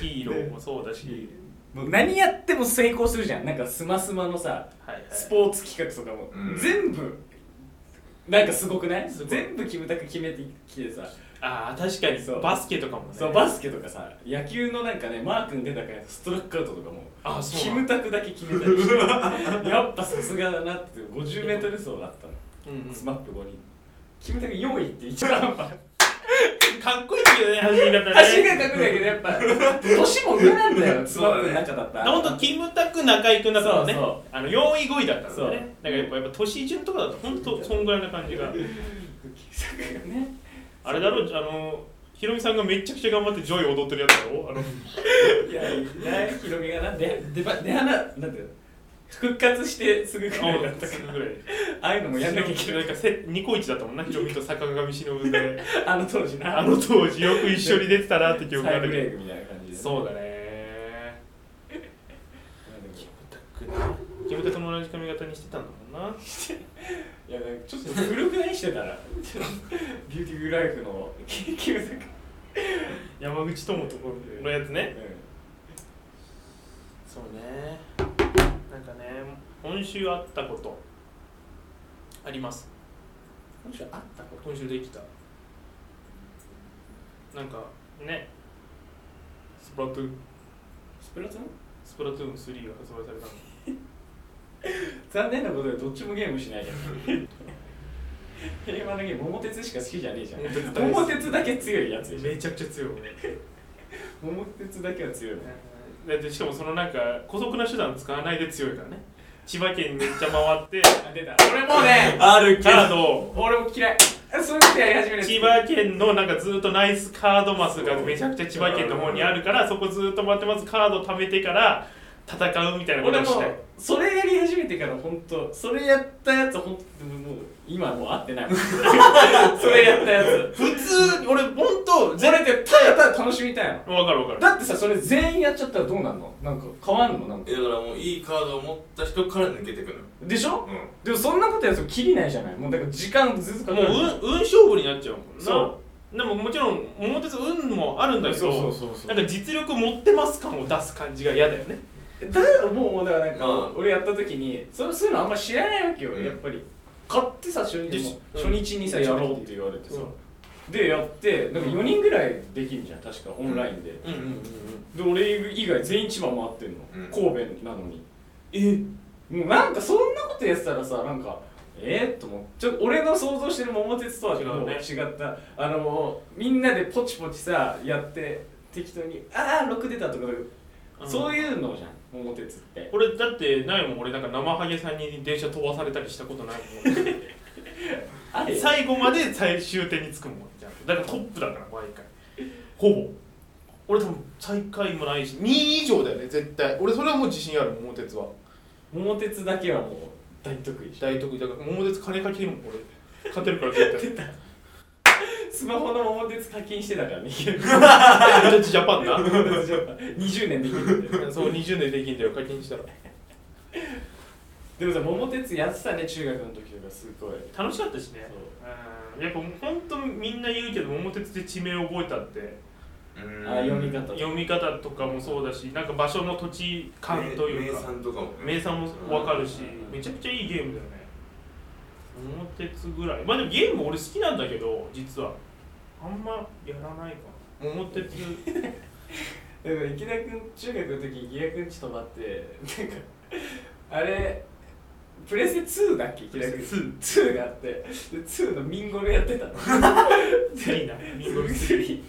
C: ヒーローもそうだし、
A: もう何やっても成功するじゃんなんかスマスマのさ
C: はいはい
A: スポーツ企画とかも、
D: うん
A: 全部なんかすごくない
C: すごい
A: 全部キムタク決めてきてさ、
C: ああ確かに
A: そう
C: バスケとかもね
A: そうバスケとかさ野球のなんかねマー君出たからストラックアウトとかも
C: あそう
A: キ
C: なの
A: ムタクだけ決めたりして やっぱさすがだなって 50m 走だったの、
C: うんうん
A: スマップ5人キムタク4位って一番
C: かっこいい けどね 走り方ね
A: 足が隠れけどやっぱ 年も上なんだよスマップの中だったら
C: 本当キムタク中居君だったのね
A: そうそ
C: あの4位5位だったのね
A: そう
C: だからやっぱやっぱ年順とかだと本当そんぐらいな感じが
A: 作がね
C: あれだろあのヒロミさんがめちゃくちゃ頑張ってジョイ踊ってるやつだろあの
A: いやいないヒロミがなで出ば出花なんていうの復活してすぐくらいだったか
C: す
A: ら
C: ぐぐらい
A: ああいうのもやんなきゃいけない
C: なんかせニコイチだったもんなヒロミと坂上忍で
A: あの当時な
C: あの当時よく一緒に出てたなって記憶があ
A: サイブ
C: る
A: レイ
C: け
A: クみたいな感じ
C: ど
A: で
C: そうだね
A: い
C: キムタクも同じ髪型にしてたんだもん
A: やな
C: な
A: んかちょっと古くないしてたらビューティフルライフのキムタク
C: 山口智とこのやつね
A: う
C: そうねなんかね今週あったことあります
A: ん今週あったこと
C: 今週できたなんかねスプラトゥーン
A: スプラトゥーン
C: スプラトゥーン3が発売されたの
A: 残念なことでどっちもゲームしないじゃん平和なゲーム桃鉄しか好きじゃねえじゃん
C: 桃鉄大好き
A: 桃鉄だけ強いやつでしょ
C: めちゃくちゃ強い
A: 桃鉄だけは強いもん
C: だってしかもそのなんか姑息な手段使わないで強いからね千葉県めっちゃ回 って
A: あ出た俺もうね
D: あるけ
C: カー
D: ど
C: ドを
A: 俺も嫌いあそういうことやり始める
C: 千葉県のなんかずっとナイスカードマスがめちゃくちゃ千葉県の方にあるからそこずっと待ってますカード貯めてから戦うみたいなこ
A: 俺
C: とを
A: も
C: したいう
A: それやり始めてから本当それやったやつ本当もう今もう会って ないそれやったやつ普通俺本当じゃれてただただ楽しみたいの
C: 分かる分かる
A: だってさそれ全員やっちゃったらどうなんのなんか変わんのなんか
D: えだからもういいカードを持った人から抜けてくのよ
A: でしょ
D: うん
A: でもそんなことやるとキリないじゃないもうだから時間ずっとかか
C: も
A: る
C: う運運勝負になっちゃうもんな
A: そ
C: でももちろん桃鉄運もあるんだけど
A: そうそうそうそう
C: なんか実力持ってます感を出す感じが嫌だよね
A: だ からもうもうだからなんか、
D: うん
A: 俺やった時にそそういうのあんま知らないわけよ、
D: うん
A: やっぱり買ってさ初
C: で
A: 日
C: し
A: 初日にさ
C: うん
A: やろうって言われてさ、
C: う
A: でやってなんか4人ぐらいできるじゃん確かオンラインで、
C: んうんうんうん
A: で俺以外全員千葉回ってんの、
D: うん
A: 神戸なのに
C: え
A: もうなんかそんなことやってたらさなんかえっ、と思ってちょっと俺の想像してる桃鉄とは違
C: 違うね
A: 違ったあのみんなでポチポチさやって適当に「ああ6出た」とか、
C: うん
A: そういうのじゃん桃鉄って
C: 俺だってないもん俺なんか生ハゲさんに電車飛ばされたりしたことないも
A: あ
C: ん
A: れ
C: 最後まで最終点につくもんじゃんだからトップだから毎回ほぼ俺多分最下位もないし2位以上だよね絶対俺それはもう自信ある桃鉄は
A: 桃鉄だけはもう大得意じゃん
C: 大得意だから桃鉄金かけるもん俺勝てるから絶対
A: スマホの桃鉄課金してた からね
C: 桃鉄ジャパンな
A: 20年できるんだよ
C: そう20年できんだよ課金したら
A: でもさ桃鉄やってたね中学の時とかすごい
C: 楽しかったしねうんやっぱ本当みんな言うけど桃鉄で地名を覚えたって
D: うん
A: あ読み方とか
C: 読み方とかもそうだしなんか場所の土地感という
D: 名
C: か
D: 産とかも
C: 名産も分かるし
D: うん
C: めちゃくちゃいいゲームだよね桃鉄ぐらいまあでもゲーム俺好きなんだけど実はあんまやらないかな桃鉄
A: だから池田君中学の時池田君ち泊ま ってなんかあれプレステ2だっけ池田君
C: プレステ2
A: 2があってで2のミンゴルやって たの
C: いいなミンゴル
A: 3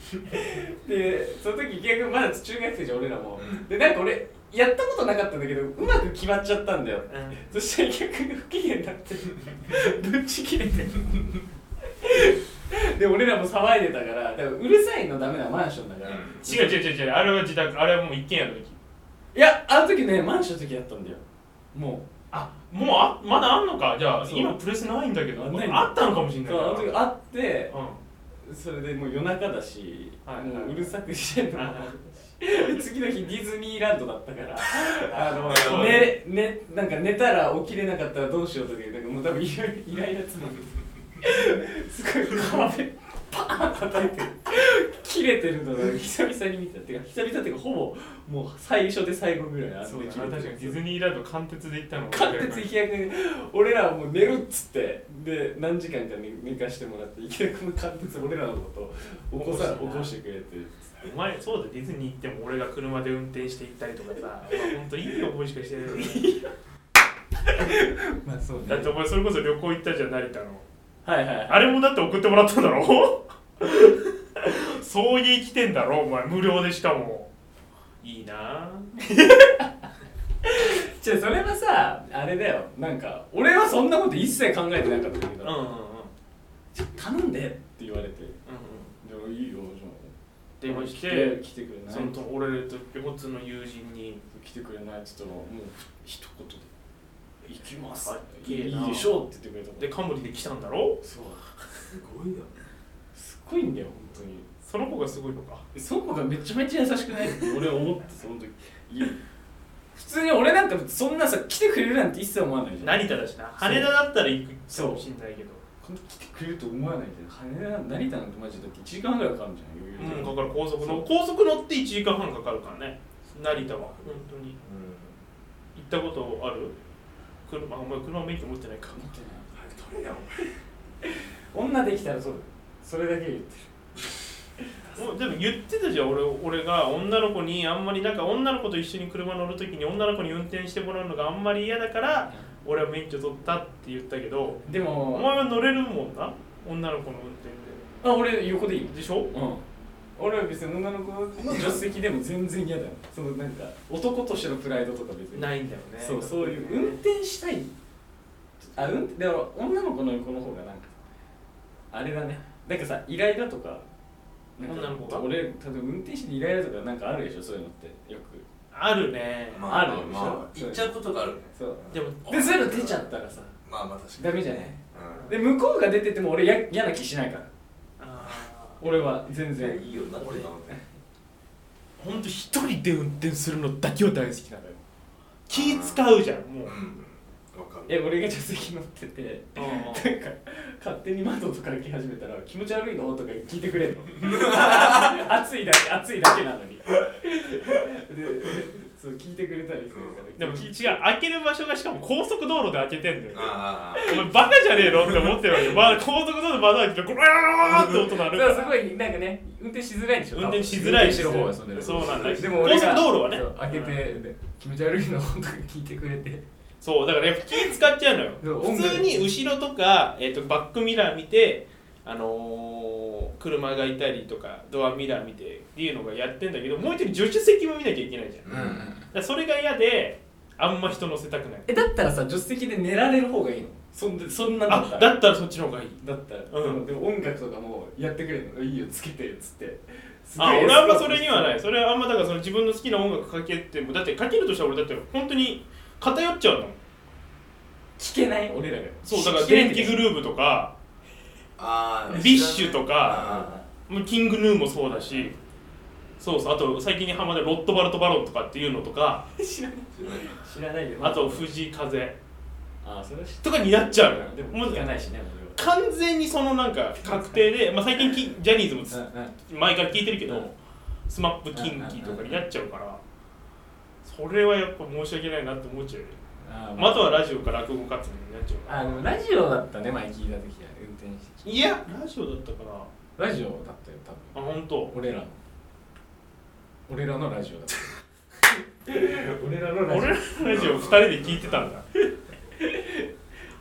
A: で その時池田君まだ中学生じゃん俺らも
D: うん
A: でなんか俺やったことなかったんだけどうまく決まっちゃったんだよ
C: う
A: そ
C: ん
A: したら池田君が不機嫌になってぶっち切れて で俺らも騒いでたからだからうるさいのダメなマンションだから、
D: うん
C: 違う違う違う違うあれは自宅あれはもう一軒家の時
A: いや、あの時ね、マンションの時だったんだよ。も
C: あもうあまだあんのかじゃあ
A: そう
C: 今プレスないんだけど
A: あない
C: あったのかもしれ
A: う、
C: ない
A: そうあの時会って、
C: うん
A: それでもう夜中だし、
C: はい
A: もううるさくしてんのも
C: はい
A: 次の日ディズニーランドだったから、あ
D: なるほ
A: の、
D: ど
A: ね、ね、なんか寝たら起きれなかったらどうしようとかいう、なんかもう多分いろいろイライラつまんで、すごい壁、パーン叩いて、切れてるのが久々に見たっていうか、久々っていうか、ほぼもう最初で最後ぐらいあの
C: そ うだ
A: 時
C: な確かにディズニーランド貫徹で行ったのが
A: 完徹池田君俺らはもう寝るっつってで何時間か寝寝かしてもらって池田君の貫徹俺らのこと起こさ
C: 起
A: 起
C: こしてな
A: こしてくれて
C: お前そうだディズニー行っても俺が車で運転して行った りとかさ本当いい思いしかしてないよね
A: まあそう
C: だってお前それこそ旅行行ったじゃん成田の
A: はいはい
C: あれもだって送ってもらったんだろ そういう生きてんだろお前無料でしかもいいな
A: じゃあそれはさあれだよなんか俺はそんなこと一切考えてなかったけ
C: う
A: ど、
C: んうんうんうんうん
A: ちょっと頼んでって言われてでもいいよじゃあ
C: 電話し
A: 来
C: て
A: て来てくれない
C: そのと俺と共通の友人に
A: 来てくれないっつったらもう一言で「行きます」
C: かっ
A: 「
C: け
A: い
C: えない
A: でしょ」って言ってくれたもん
C: でカムリで来たんだろ
A: そう
D: すごいな
A: すっごいんだよ本当に
C: その子がすごいのか
A: その子がめちゃめちゃ優しくないって俺思ってその時いや普通に俺なんかそんなさ来てくれるなんて一切思わないじゃん
C: 成田だしな羽田だったら行くかもしんないけど
A: この来てくれると思わないけど羽田成田なんてマジだって1時間ぐらいかかるんじゃん余裕で、
C: うんだから高速の高速乗って1時間半かかるからね成田は本当に
D: うん
C: 行ったことある車あお前車免許持ってないか
A: 思ってない
D: あれ取れやお
A: 女できたらそうだそれだけ言って
C: もうでも言ってたじゃん俺俺が女の子にあんまりなんか女の子と一緒に車乗る時に女の子に運転してもらうのがあんまり嫌だから俺は免許取ったって言ったけど
A: るで
C: お
A: も
C: 前は乗れるもんな女の子の運転
A: あ俺横でいい
C: ででしょ
A: うん俺は別に女の子の助手席でも全然嫌だよそのなんか男としてのプライドとか別に
C: ないんだよね
A: そうそういう運転したいあうんでも女の子の横の方がなんかあれだねなんかさイライラとかなんか
C: 女の子が
A: 俺例えば運転してイライラとかなんかあるでしょそういうのってよく
C: あるね、
D: 前まあ
A: あるでしょ
D: まあ行っちゃうことがあるね
A: そう
C: でも
A: でそういうの出ちゃったらさ
D: まあまあ確かに
A: ダメじゃない
D: うん
A: で向こうが出てても俺や嫌な気しないから
C: あー
A: 俺は全然
D: いいよなこれな
C: ほんと一人で運転するのだけは大好きなのよ気使うじゃんもう、
D: うんわかる
A: え俺が助手席乗っててなんか勝手に窓とか開き始めたら気持ち悪いのとか聞いてくれんの 暑いだけ暑いだけなのにでそう聞いてくれたりするから
C: でも違う開ける場所がしかも高速道路で開けてんだよね
D: ああ
C: お前バカじゃねえのって思ってるわけよ、まあ、高速道路窓開けてゴローって音鳴
A: そ
C: る
A: れ
C: か
A: はす
C: ら
A: ごいなんかね運転しづらいでしょ
C: 運転しづらいし
A: しろはそれ
C: そうなんだよ
A: でも俺が
C: 高速道路はね
A: そう開けて、で気持ち悪いのとか聞いてくれて
C: そうだからやっぱ気使っちゃうのよ
A: でも音楽
C: 普通に後ろとか、えー、とバックミラー見てあのー車がいたりとかドアミラー見てっていうのがやってんだけどもう一人助手席も見なきゃいけないじゃんだ
D: うん
C: からそれが嫌であんま人乗せたくない
A: えだったらさ助手席で寝られる方がいいのそんでそんなんだった
C: あ
A: ら
C: だったらそっちの方がいい
A: だったら、
C: うん
A: でも音楽とかもやってくれるのいいよつけてっつってすげえ
C: あ俺あんまそれには
A: エ
C: ない
A: スコートして
C: それはあんまだからその自分の好きな音楽かけてもだってかけるとしたら俺だって本当に偏っちゃうの
A: 聞けない俺らが
C: そうだから
A: 聞けない
C: 電気グルーヴとか
D: ああ
C: ビッシュとか
D: あ
C: もうキングヌーもそうだしそうそうあと最近にハマるロットバルトバロンとかっていうのとか
A: 知らない
D: ー知らない
A: 知らないで
C: あと藤井風
A: あそれは知っ
C: とかになっちゃうのよ
A: てるで
C: も
A: も
C: う
A: 聞かないしね
C: 完全にそのなんか確定で、まあ、最近きジャニーズもつ
A: 俺は、うんうん、
C: 前から聞いてるけ
A: う
C: ど
A: ん
C: スマップキンキとかになっちゃうからそれはやっぱ申し訳ないなって思っちゃうよね
A: あ
C: またはラジオか落語活動になっちゃうから
A: あでもラジオだったね前聞いた時は運転して
C: いやラジオだったからあ
A: ラジオだったよ多分
C: 本当。
A: 俺らの俺らのラジオだった 俺らの
C: 俺らのラジオ2人で聞いてたんだ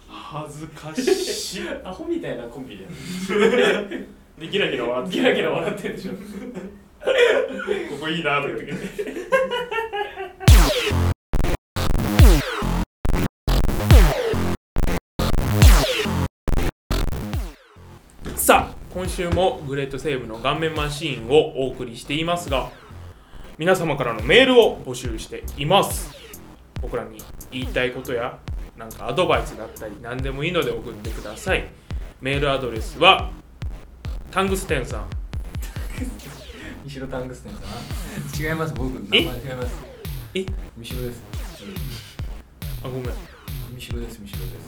C: 恥ずかしい
A: アホみたいなコンビで
C: でギラギラ笑って
A: ギラギラ笑ってるでしょ
C: てここいいなとか言って さあ今週もグレートセーブの顔面マシーンをお送りしていますが皆様からのメールを募集しています僕らに言いたいことやなんかアドバイスだったり何でもいいので送ってくださいメールアドレスはタングステンさん
A: ミシロタングステンかな違います僕名前
C: え
A: 違います
C: え
A: ミシロです
C: あごめん
A: ミシロですミシロです、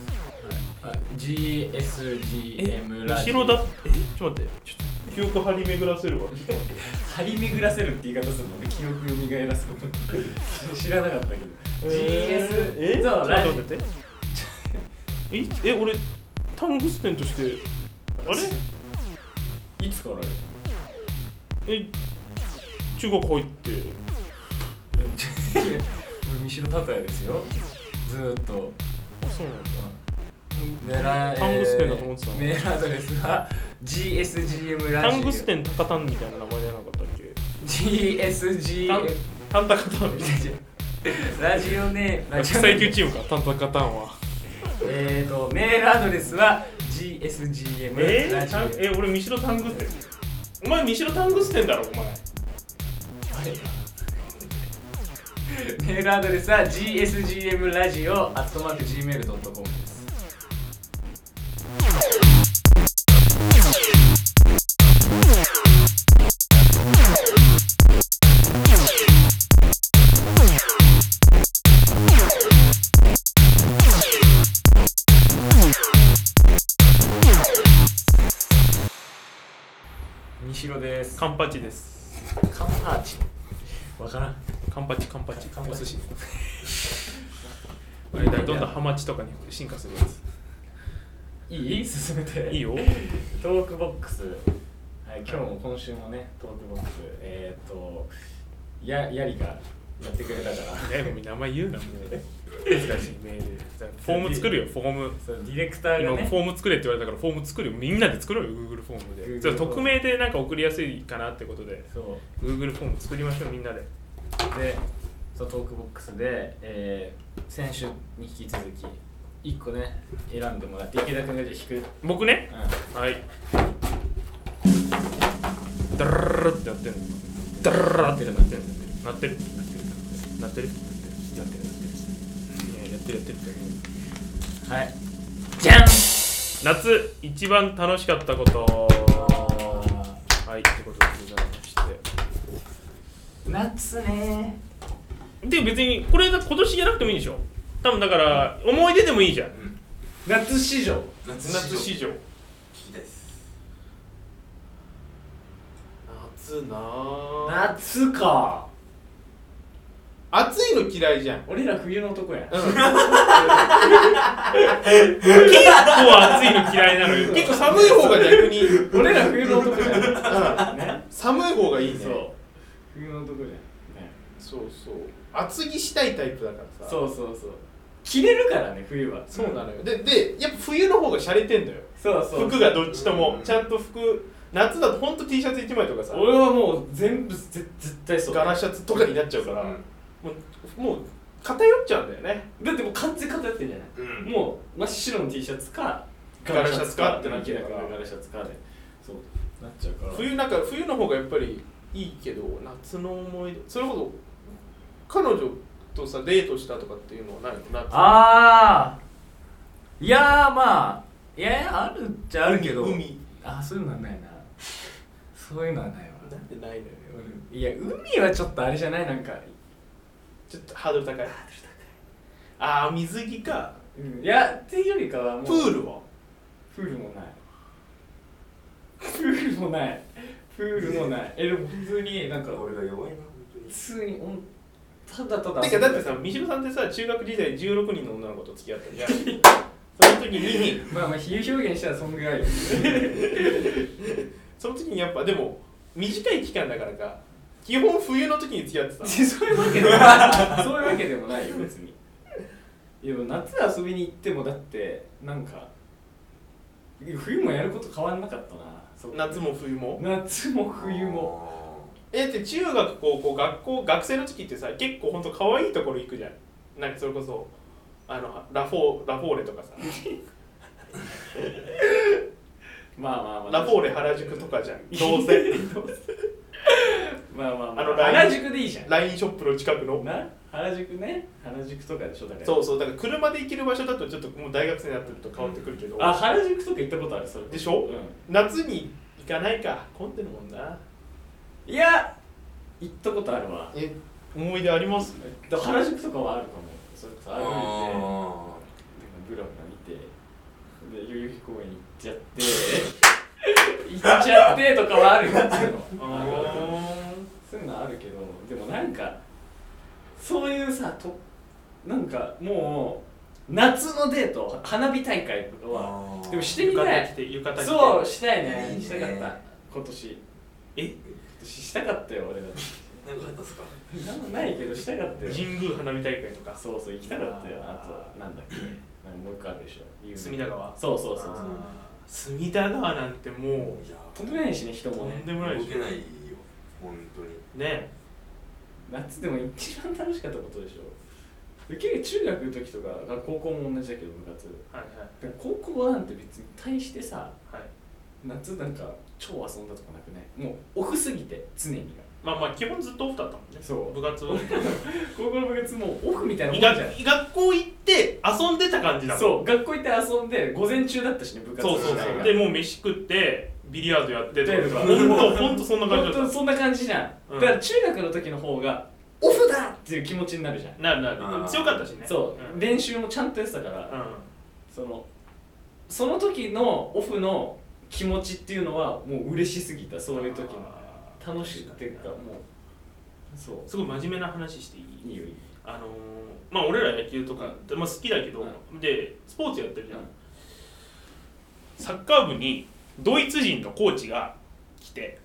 A: はい、GSGM ラジオ
C: 後ろだえちょっと待ってちょっと記憶張り巡らせるわ
A: 張り巡らせるって言い方するのね記憶を蘇らすこと知らなかったけど GS
C: えちょっ
A: そう
C: と
A: ラジ
C: 待ってええ俺タングステンとしてあれ
A: オいつからある
C: え中国入って
A: 俺ミシロタタヤですよずーっと
C: あそうなんだ
A: うん
B: タングステンだと思ってた
E: メールアドレスは GSGM ラジオ
B: タングステン高タンみたいな名前じゃなかったっけ
E: GSGM
C: タンタカタンみたい
E: ラジオネームラ
B: 国
E: ジオ
B: 際
E: ネ
B: 級
E: ーム
B: チームかタンタカタンは
E: えーとメールアドレスは GSGM
C: え
E: ラ
C: ー、
E: ジ
C: タ
E: オ
C: ンえ俺ミシロタングステンお前ミシロタングステンだろお前
E: メールアドレスは GSGM ラジオアットマーク Gmail.com です西野です。
C: カンパチです
E: カンパーチ。わからん。
C: カンパチカンパチカン
E: お寿司。
C: どんどんハマチとかに進化するやつ
E: いい進めて
C: いいよ
E: トークボックス、はい、今日も今週もねトークボックスえーっとややりがやってくれた から
C: やいも名前言うなもう難しいメールフォーム作るよフォーム
E: そうディレクター
C: 今
E: がね
C: フォーム作れって言われたからフォーム作るよみんなで作ろうよ Google フォーム
E: Google
C: でじゃあ匿名でなんか送りやすいかなってことで
E: そう
C: Google フォーム作りましょうみんなで
E: でそうトークボックスで、えー先週に引き続き一個ね選んでもらって池田君がじゃあ引く、
C: 僕ね
E: う
C: はいダラララってなってるダラララってなってるなってるなってるなってるいややってるやってる
E: ん、はいじゃん
C: 夏一番楽しかったこと
E: あ
C: はいってことでございまして
E: ー夏ね
C: で別にこれ今年じゃなくてもいいんでしょ多分だから思い出でもいいじゃん
A: 夏史上
D: 夏
C: 夏
D: 史
C: 史
D: 上
C: 上
D: 聞きたいです
C: 夏なぁ
A: 夏か
C: 暑いの嫌いじゃん結
A: 俺ら冬の男や
C: 構暑いの嫌いなのよ結構寒い方が逆に
A: 俺ら冬の男 じゃんね
C: 寒い方がいいね
A: そう冬の男じゃんね
C: そうそう厚着したいタイプだからさ
A: そうそうそう着れるからね冬は
C: そうなのよででやっぱ冬の方が洒落てんだよ
A: そうそう
C: 服がどっちともちゃんと服夏だとほんと T シャツ1枚とかさ
A: 俺はもう全部ぜ絶対そう
C: ガラシャツとかになっちゃうから、
D: うん
C: もうもう偏っちゃうんだよね
A: だってもう完全偏ってんじゃない
D: うん
A: もう真っ白の T シャツか
C: ガラシャツかってなっちゃう
A: か
C: からら
A: ガラシャツかでそうなっちゃうから
C: 冬なんか冬の方がやっぱりいいけど夏の思い出それこそ彼女とさデートしたとかっていうのはないの夏
E: ああいやーまあいやあるっちゃあるけど
C: 海
E: あそういうのはないなそういうのはないわ
C: なんでないのよ
E: いや海はちょっとあれじゃないなんか、
C: ちょっとハードル高いハードル高いああ水着か
A: うんいやっていうよりかはもう
C: プールは
A: プールもないプールもないプールもないえでも普通になんか
D: 俺が弱いな本当
A: 普
D: に
A: 通におんただただ
C: てかだってさ三島さんってさ中学時代16人の女の子と付き合ったじゃんその時に
A: まあまあ比喩表現したらそんぐ らいよ
C: その時にやっぱでも短い期間だからか基本冬の時に付き合ってたの
A: そういうわけでもない そういうわけでもないよ別にいやでも夏遊びに行ってもだってなんか冬もやること変わんなかったなそこ
C: 夏も冬も
A: 夏も冬も
C: えって中学高校学校学生の時期ってさ結構ほんと可愛いところ行くじゃんなんかそれこそあのラフォーラフォーレとかさ
A: まあまあまあ
C: ラフォーレ原宿とかじゃんどうせ
A: まあまあまあ
C: あのライン
A: 原宿でいいじゃん
C: ラインショップの近くの
A: な原宿ね原宿とかでしょだから
C: そうそうだから車で行ける場所だとちょっともう大学生になってると変わってくるけど、
A: あ原宿とか行ったことあるそれ
C: でしょ
A: う
C: 夏に行かないか混んでるもんなん
A: いや行ったことあるわ
C: え思い出あります
A: だから原宿とかはあるかもそれこそ歩いて
D: あ
A: ブラブラ見てで代々木公園行っちゃって 行っちゃってとかはあるよっていうのはそういうのはあるけどでもなんかそういうさとなんかもう夏のデート花火大会とかは
D: あー
A: でもしてみ
C: 浴
A: た
C: 衣着
A: い
C: て浴衣着て
A: そうしたいね
D: いいね
A: したかった今年
C: え
A: 今年したかったよ俺だって
D: なんかあったっすか
A: なんもないけどしたかったよ
C: 神宮花火大会とか
A: そうそう行きたかったよあとなんだっけなんかもう一個あるでしょ有名
C: 隅田川
A: そうそうそうそう
C: あー隅田川なんても
D: いや
A: とんでもないしね人
C: うと
A: も
C: んで
A: ね
C: もないで
D: 動
C: し
D: けないよ本当に
C: ょね
A: 夏でも一番楽しかったことでしょ結局中学の時とかまあ高校も同じだけど部活
C: はい
A: でも高校なんて別に対してさ
C: はいはい
A: 夏なんか超遊んだとかなくないもうオフすぎて常にが
C: まあまあ基本ずっとオフだったもんね
A: そう
C: 部活を
A: 高校の部活もうオフみたいなもんじゃん
C: 学学校行って遊んでた感じだもん
A: そう学校行って遊んで午前中だったしね部活
C: そうそう
A: 自体
C: そ
A: が
C: うでもう飯食ってビリヤードやってとか
A: やっ
C: ほ
A: てとか
C: んとほんとそんな感
A: 本
C: じ
A: 当
C: だ
A: に
C: っ
A: そんな感じじゃん、
C: うん
A: だから中学の時の方がオフだっていう気持ちになるじゃん、
C: たなるなる
D: あー
C: 強かったしね
A: そう、
C: ん
A: 練習もちゃんとやってたから、
C: うん
A: そのその時のオフの気持ちっていうのはもう嬉しすぎたそういう時の
C: あー
A: 楽しくてかもうそう
C: すごい真面目な話していい
A: いいよいいよ
C: あのーまあ俺ら野球とか、まあ、好きだけど、でスポーツやってるじゃん、
A: うん
C: サッカー部にドイツ人のコーチが来て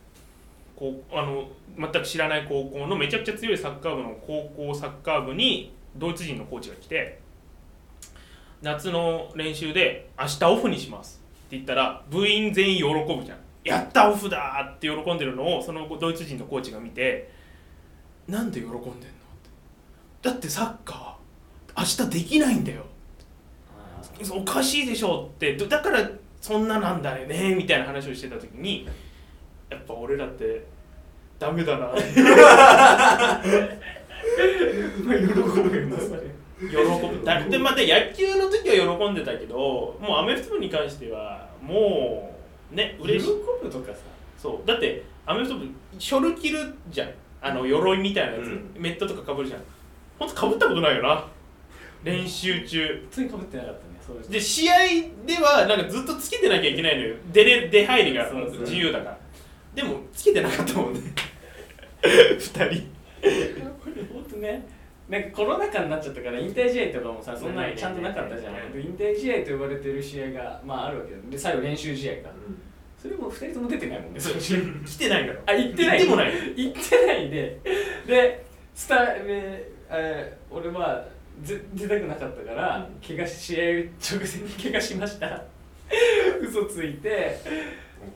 C: こうあの全く知らない高校のめちゃくちゃ強いサッカー部の高校サッカー部にドイツ人のコーチが来て夏の練習で「明日オフにします」って言ったら部員全員喜ぶじゃん「やったオフだ!」って喜んでるのをそのドイツ人のコーチが見て「なんで喜んでんの?」ってだってサッカー明日できないんだよ おかしいでしょってどだからそんななんだよねみたいな話をしてた時にやっぱ俺らってダメだな喜
A: まあ喜ぶよなそれ
C: ぶだってまた野球の時は喜んでたけどもうアメフト部に関してはもうね嬉し
A: 喜
C: い
A: ぶとかさ
C: そうだってアメフト部ショル着るじゃんあの鎧みたいなやつ、
D: うん
C: メットとかかぶるじゃんほんとかぶったことないよな練習中
A: 本当にかぶってなかったねそういう
C: で試合ではなんかずっとつけてなきゃいけないのよ出れ出入りが
A: そうそう
C: 自由だからでもつけてなかったもんね 二人
A: 本当ねなんかコロナ禍になっちゃったから引退試合とかもさそんなちゃんとなかったじゃん
C: ないね
A: で引退試合と呼ばれてる試合がまああるわけだで最後練習試合かそれも2人とも出てないもんねその試合
C: 来てないから
A: あ行ってない
C: 行ってもない
A: 行ってないででスタでえー俺はぜ出たくなかったから、怪我し試合直前に怪我しました 嘘ついて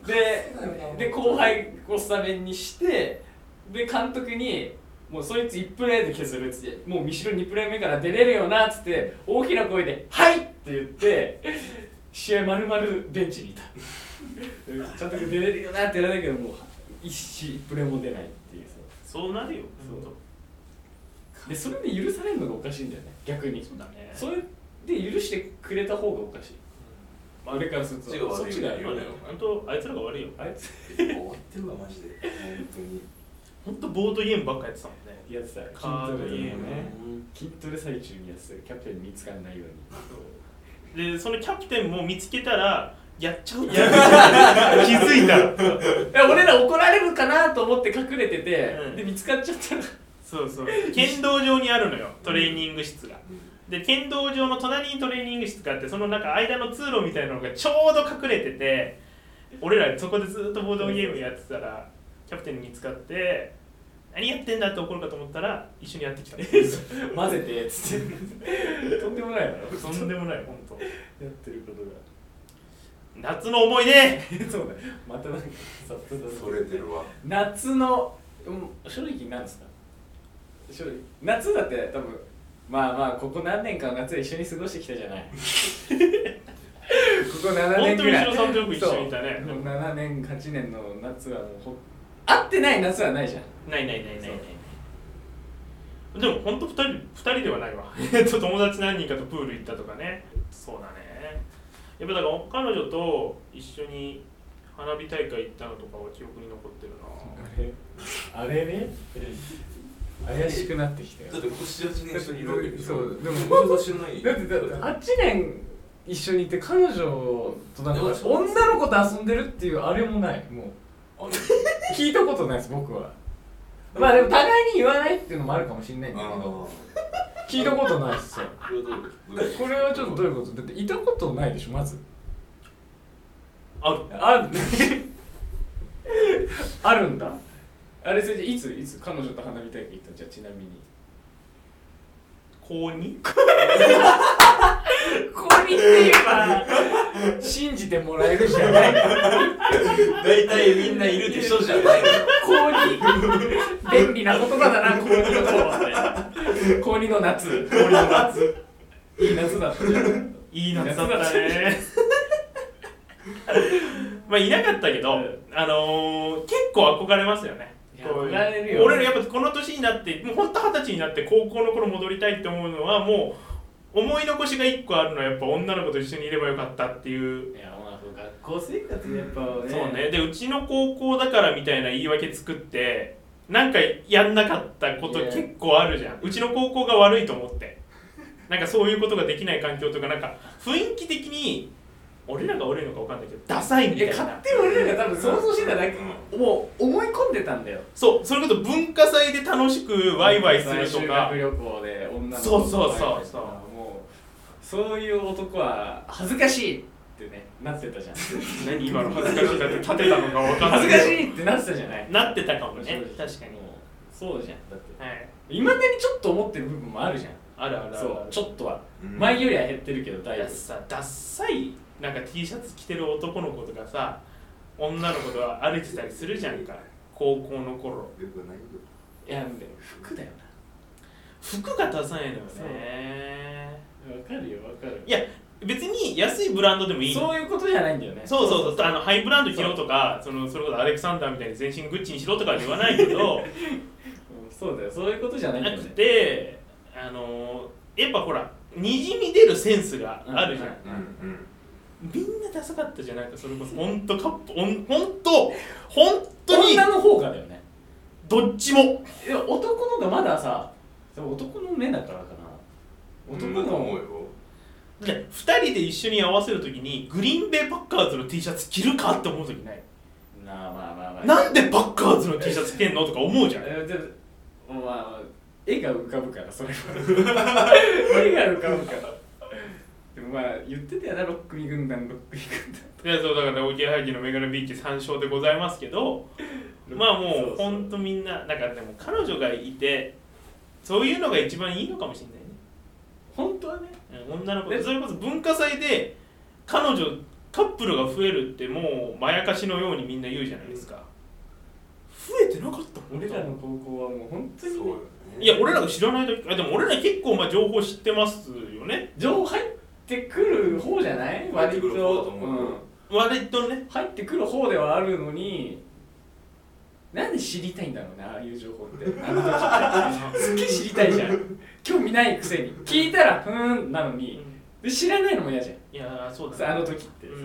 A: でで後輩をスタメンにしてで監督にもうそいつ1プレーで削るっつってもう後ろ2プレー目から出れるよなっつって大きな声で「はい!」って言って試合まるまるベンチにいたちゃんと出れるよなってやらないけどもう一死プレーも出ないっていうさ
C: そうなるよ
A: そう
C: ほんと
A: でそれで許されるのがおかしいんだよね逆に
C: そうだね
A: それで許してくれた方がおかしい、まあ、俺からすると
D: そっちが悪い
A: そっちが
D: よね
C: 本当あいつらが悪いよ
A: あいつ
D: 終わってるわマジで本当に
C: 本当ボードゲームばっかやってたもんね
A: やってた
C: カ
A: 筋
C: ード
A: トレ
C: ゲ
A: で
C: ーム
A: ね筋トレ最中にやってたキャプテンに見つからないように
C: でそのキャプテンも見つけたらやっちゃうって 気づいたら
A: いや俺ら怒られるかなと思って隠れてて、
C: うん
A: で見つかっちゃったら
C: そうそう剣道場にあるのよトレーニング室がで剣道場の隣にトレーニング室があってその中間の通路みたいなのがちょうど隠れてて俺らそこでずっとボードゲームやってたらキャプテンに見つかって何やってんだって怒るかと思ったら一緒にやってきたと
A: 混ぜてっつって とんでもないだろ
C: んでもない本当
A: やってることが
C: 夏の思い出
A: そうだまたなんかさただ
D: それてるわ
A: 夏の、うん、正直なんですか正直夏だって多分まあまあここ何年かの夏は一緒に過ごしてきたじゃ ないここ7
C: 本
A: 年
C: 当
A: ぐ
C: に
A: らい
C: 後ろさんとよく一緒にいたね
A: そうもう7年8年の夏はもうほ会ってない夏はないじゃん
C: ないないないないないでも本当二人二人ではないわえっと友達何人かとプール行ったとかねそうだねやっぱだから彼女と一緒に花火大会行ったのとかは記憶に残ってるな
A: あれあれね怪しくなってきたよ
D: だって今年8年一緒にいるわけでしょ
A: そうでも
D: 今年は知らないよ
A: だってだって8年一緒にいて彼女となんか女の子と遊んでるっていうあれもないもう
D: あ
A: 聞いたことないです僕はまあでも互いに言わないっていうのもあるかもしれないんだけど
D: あ
A: 聞いたことないっすよ
D: これはどういう
A: これはちょっとどういうことだっていたことないでしょまず
C: ある
A: あるあるんだあれそれでいついつ彼女と花火大会行ったのじゃあちなみに
E: 高二
A: ここにって言えば信じてもらえるじゃない
D: 大体みんないるでしょじゃないの
A: 高2便利な言葉だな高2のそう高2の夏高2の夏いい夏だったじゃん
E: いい夏だっ たねまあいなかったけど、あのー結構憧れますよね
A: いや
E: こういう
A: 憧れるよ
E: 俺らやっぱこの年になってもう本当二十歳になって高校の頃戻りたいって思うのはもう思い残しが一個あるのはやっぱ女の子と一緒にいればよかったっていう、
A: いやまあそう学校生活やっぱね
E: そうねでうちの高校だからみたいな言い訳作ってなんかやんなかったこと
C: いや
E: 結構あるじゃんうちの高校が悪いと思ってなんかそういうことができない環境とかなんか雰囲気的に俺らが悪いのか分かんないけどダサいみた
A: え
E: い
A: 勝
E: な
A: 手に俺らが多分想像してただけ、もう思い込んでたんだよ
E: そうそれこそ文化祭で楽しくワイワイすると
A: 修
E: か
A: 学旅行で女の子
E: そうそうそうそう
A: ワイワイしたらもうそういう男は恥ずかしいってねなってたじゃん
E: 何今の 恥ずかしいだって立てたのか分かんない
A: 恥ずかしいってなってたじゃない
E: なってたかもね
A: そう
E: 確かに
A: もうそうじゃんだって
E: はい
A: いまだにちょっと思ってる部分もあるじゃん
E: あるあるあ
A: そ
E: る
A: うちょっとは、
D: うん
A: 前よりは減ってるけどだいぶ
E: ださダッサいなんか T シャツ着てる男の子とかさ女の子とか歩いてたりするじゃんか高校の頃
F: よくないよ
A: いやでも服だよ
E: 服がダサいのよね
A: なわかるよわかる
E: いや別に安いブランドでもいいの
A: そういうことじゃないんだよね
E: そうそうそうあのハイブランド着ろとかそのそれこそアレクサンダーみたいに全身グッチにしろとかは言わないけ ど
A: うんそうだよそういうことじゃないんだ
E: な
A: よ
E: く
A: ね
E: てあのやっぱほらにじみ出るセンスがあるじゃん、
A: うん
D: うん
E: みんなダサかったじゃんないかそれこそ本当カップほん本当本当に
A: 女の方がだよね
E: どっちも
A: いや男のがまださでも男の目だからかな
D: 男
A: 男
D: だと思
A: の
D: うよ
E: 2人で一緒に合わせるときにグリーンベイパッカーズの T シャツ着るかって思うときない
A: なあまあまあまあ
E: なんでパッカーズの T シャツ着てんのとか思うじゃん
A: えでもまあ絵が浮かぶからそれは絵が浮かぶからでもまあ言ってたよなロックミ軍団ロックミ軍団
E: いやそうだからおぎやはぎのメガネビーチ3勝でございますけ どまあ
A: そう
E: も
A: そう
E: うほんとみんななんかでも彼女がいてそういうのが一番いいのかもしれないね
A: 本当はね
E: うん女の子
A: え
E: それこそ文化祭で彼女カップルが増えるってもうまやかしのようにみんな言うじゃないですか増えてなかったもん
A: 俺らの高校はもう本当
D: そう
A: に、
D: よ
A: ね、
D: ね
E: いや俺らが知らない時あでも俺ら結構まあ情報知ってますよね
A: 情報入ってくる方じゃない
D: 入って
A: 割
D: く
A: と、
D: る方だと思うよ
A: うん、
E: 割とね
A: 入ってくる方ではあるのになんで知りたいんだろうねああいう情報 ってあの時ってすっげえ知りたいじゃん興味ないくせに聞いたらふーんなのにで知らないのも嫌じゃん
E: いやーそう
A: そう
E: だ
A: あ
E: ね
A: の時って、そう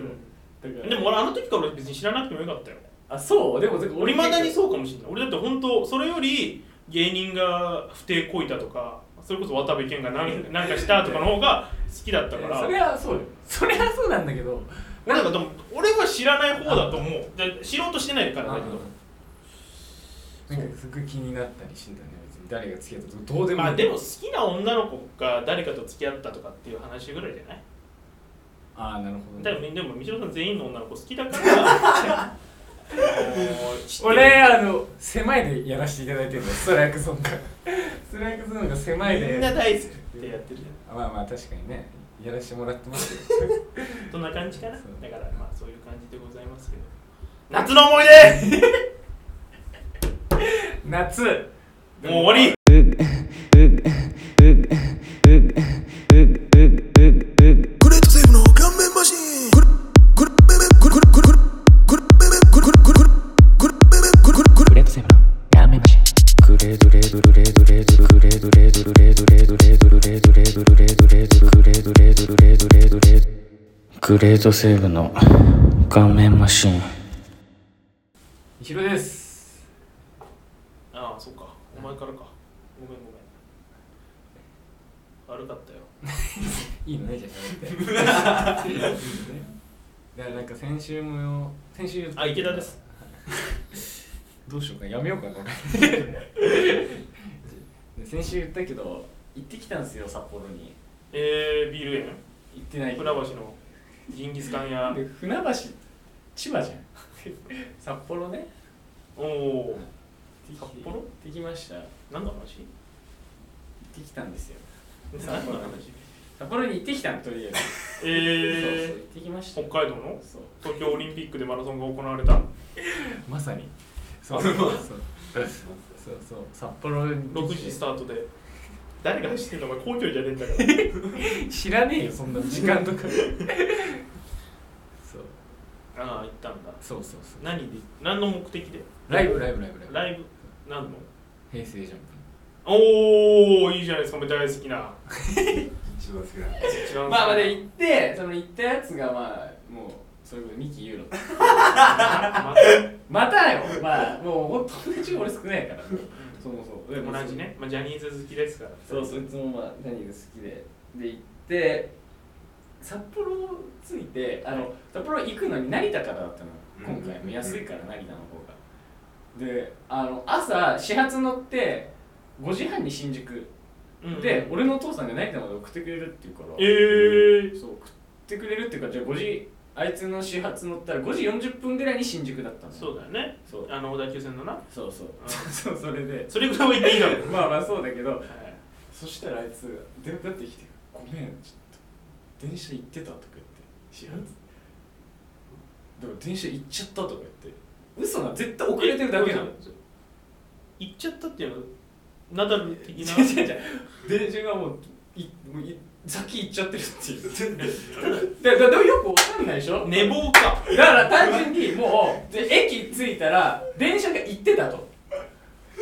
A: だから
E: でも俺あの時から俺別に知らなくてもよかったよ
A: あそうでも
E: 俺まだに
A: う
E: そうかもしれない俺だって本当それより芸人が不貞こいたとかそれこそ渡部健が何なんかしたとかの方が好きだったから
A: それはそうよそれはそうなんだけど
E: なんかでも俺は知らない方だと思うで知ろうとしてないからだけど
C: なんかすごい気になったりしてたね別に誰が付き合ったとかどうでもいい
E: まあでも好きな女の子が誰かと付き合ったとかっていう話ぐらいじゃない
C: ああなるほど
E: だ
C: ね
E: からでも三代さん全員の女の子好きだから
C: 俺あの狭いでやらせていただいてるんだストライクゾ ーンがストライクゾーンが狭い
E: みんな
C: で
E: 大好きってやってるじゃ
C: まあまあ確かにねやらせてもらってますよ
E: んそんな感じかなだ
C: そう
E: からまあそういう感じでございますけど 夏の思い 出
A: 夏
E: もう終わり
G: グレートセーブの顔面マシングルグルベベグルグルグルグルベベグルグルグルグルベベグルグルグル
H: グレードセブンのラーメンマシングレードレードルレードレードルグレードレードルレードレードレードルレードレードルレードレードルグレードレードルレードレードレードグレードセーブの顔面マシン
C: ひろです
E: ああそっかお前からかごめんごめん悪かったよ
C: いいのねじゃあ喋って だからなんか先週もよ先週言った
E: あ池田です
C: どうしようかやめよ うかな俺で先週言ったけど
A: 行ってきたんですよ札幌に
E: えー、ビール園
A: 行ってないけ
E: 船
A: ど
E: 橋のジンギスカン屋
A: で船 橋千葉じゃん札幌ね
E: おお
A: 札
C: 札幌
A: できましたで
C: 何の話
A: きたんですよ
C: 何の話
A: 札幌に行ってきたのとりあえずそう そう
C: え
A: 行ってきました
C: ー、北海道の
A: そう
C: 東京オリンピックでマラソンが行われた
E: まさにそう
D: あ
E: そ
D: そうう
E: そうそうそう札幌に
C: 6時スタートで誰が走ってんのお前皇居じゃねえんだから
E: 知らねえよそんな時間とかそう
C: ああ行ったんだ
E: そうそうそう
C: 何で何の目的で
E: ライブライブライブライブ
C: ライブ何の
E: 平成ジャンプ
C: おおいいじゃないですかお前大好きな
D: 一番好きな
C: 一番好きな
A: まあまあで行ってその行ったやつがまあもうそれこそミキユーロ
C: また
A: またよまあもう友達が俺少ないからそもそもでも
C: 同じね、まあ、ジャニーズ好きですから
A: そうそういつもまあ何が好きでで行って札幌着いてあの札幌行くのに成田からだったの
D: うん
A: 今回も安いから成田の方がであの朝始発乗って5時半に新宿
C: うん
A: で俺のお父さんが成田まで送ってくれるっていうから
C: えー、
A: そう送ってくれるっていうかじゃあ5時あいつの始発乗ったら5時40分ぐらいに新宿だったの
C: そうだよね
A: そう
C: あの小田急線のな
A: そうそう
C: あ
A: そうそれで
C: それぐらいは言っていいだろう
A: まあまあそうだけど
C: はい
A: そしたらあいつ電話かかってきて「ごめんちょっと電車行ってた」とか言って「始発でも電車行っちゃった」とか言って嘘な絶対遅れてるだけなの
C: え行っちゃったっていうのナダル 的
A: 違う
C: な
A: 違う違う電車がもういもうい先行っちゃってるっていうだだでもよくわかんないでしょ
C: 寝坊か
A: だから単純にもうで駅着いたら電車が行ってたと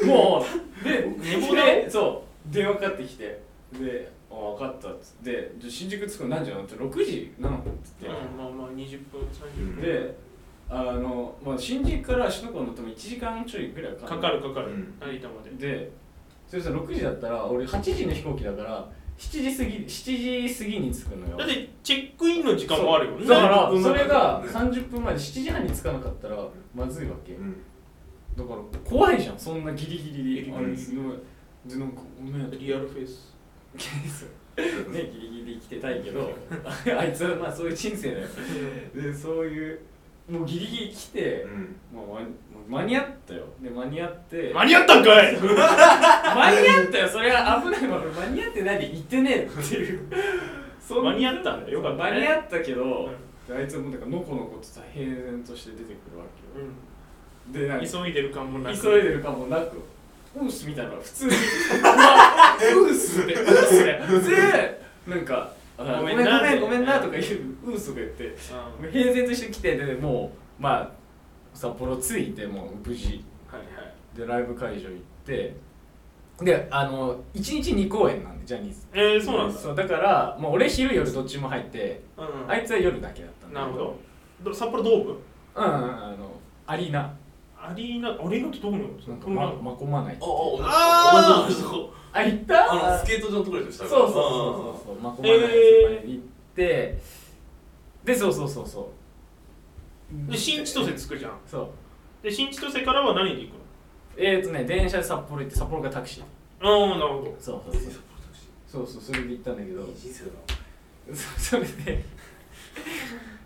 A: もうで
C: 寝坊だ
A: でそう電話かかってきてで「あ分かった」っつって「じゃあ新宿着くの何時なの?」って「6時なの?」っつっ
C: う
A: て
C: ん、まあまあ20分30分
A: であの、まあ、新宿から首都高に乗っても1時間ちょいぐらいかか
C: か
A: る
C: かるかかる、
D: うん
C: 成田まで
A: でそれさ6時だったら俺8時の飛行機だから7時過ぎ7時過ぎに着くのよ
C: だってチェックインの時間もあるよね
A: だから
C: うん
A: それが30分前で7時半に着かなかったらまずいわけ、
D: うん
A: だから怖いじゃんそんなギリギリで
D: リ
A: あれすごいでなんかごめん
C: リアルフェイス
A: ねギリギリ生きてたいけど あいつはまあそういう人生だよでそういうもうギリギリ来て
D: う、ん
A: もう間にもう間に合ったよで間に合って
C: 間に合ったんかい
A: 間に合ったよそれは危ないもん間に合ってないで行ってねえっていう そんな
C: 間に合ったんだよかったね
A: 間に合ったけど、あいつはもうなんかのこのことさ平然として出てくるわけよ
C: う
A: でなん
C: ん
A: か
C: 急いでる感もなく
A: 急いでるかもなくウースみたいなのが普通にうわウースってウースで普通なんかあご
C: ご
A: め
C: め
A: ん
C: ん
A: な
C: な
A: ごめんごめんなとか言うウースとか言って
C: うんはい
A: 平然として来てでもうまあ札幌着いてもう無事
C: はい
E: でライブ会場行ってであの1日2公演なんでジャニーズ
C: えー、そうなんだ
E: そうだから、まあ、俺昼夜どっちも入って
C: うんうん
E: あいつは夜だけだったんだ
C: なる
E: け
C: ほどど札幌ドーム
E: うんうんうんあのアリーナ
C: アリーナアリーナってどこにあるんです
E: な
C: か
E: んかままこまない
D: お
A: あー
D: あそこ
A: あ行っ
D: あの
A: た
D: スケート場のところでし
A: そ
D: ょ
A: う
D: 下
A: そう
E: そうそうまこま
C: え
E: ない
C: ー
E: とかに行って、でそうそうそうそう
C: で新千歳着くじゃん
E: そう
C: で新千歳からは何で行く
E: えっ、ー、とね電車で札幌行って札幌からタクシー
C: のああなるほど
E: そうそう
D: うん
E: そうそうそうそれで行ったんだけど
D: いい人生だな
E: そそれで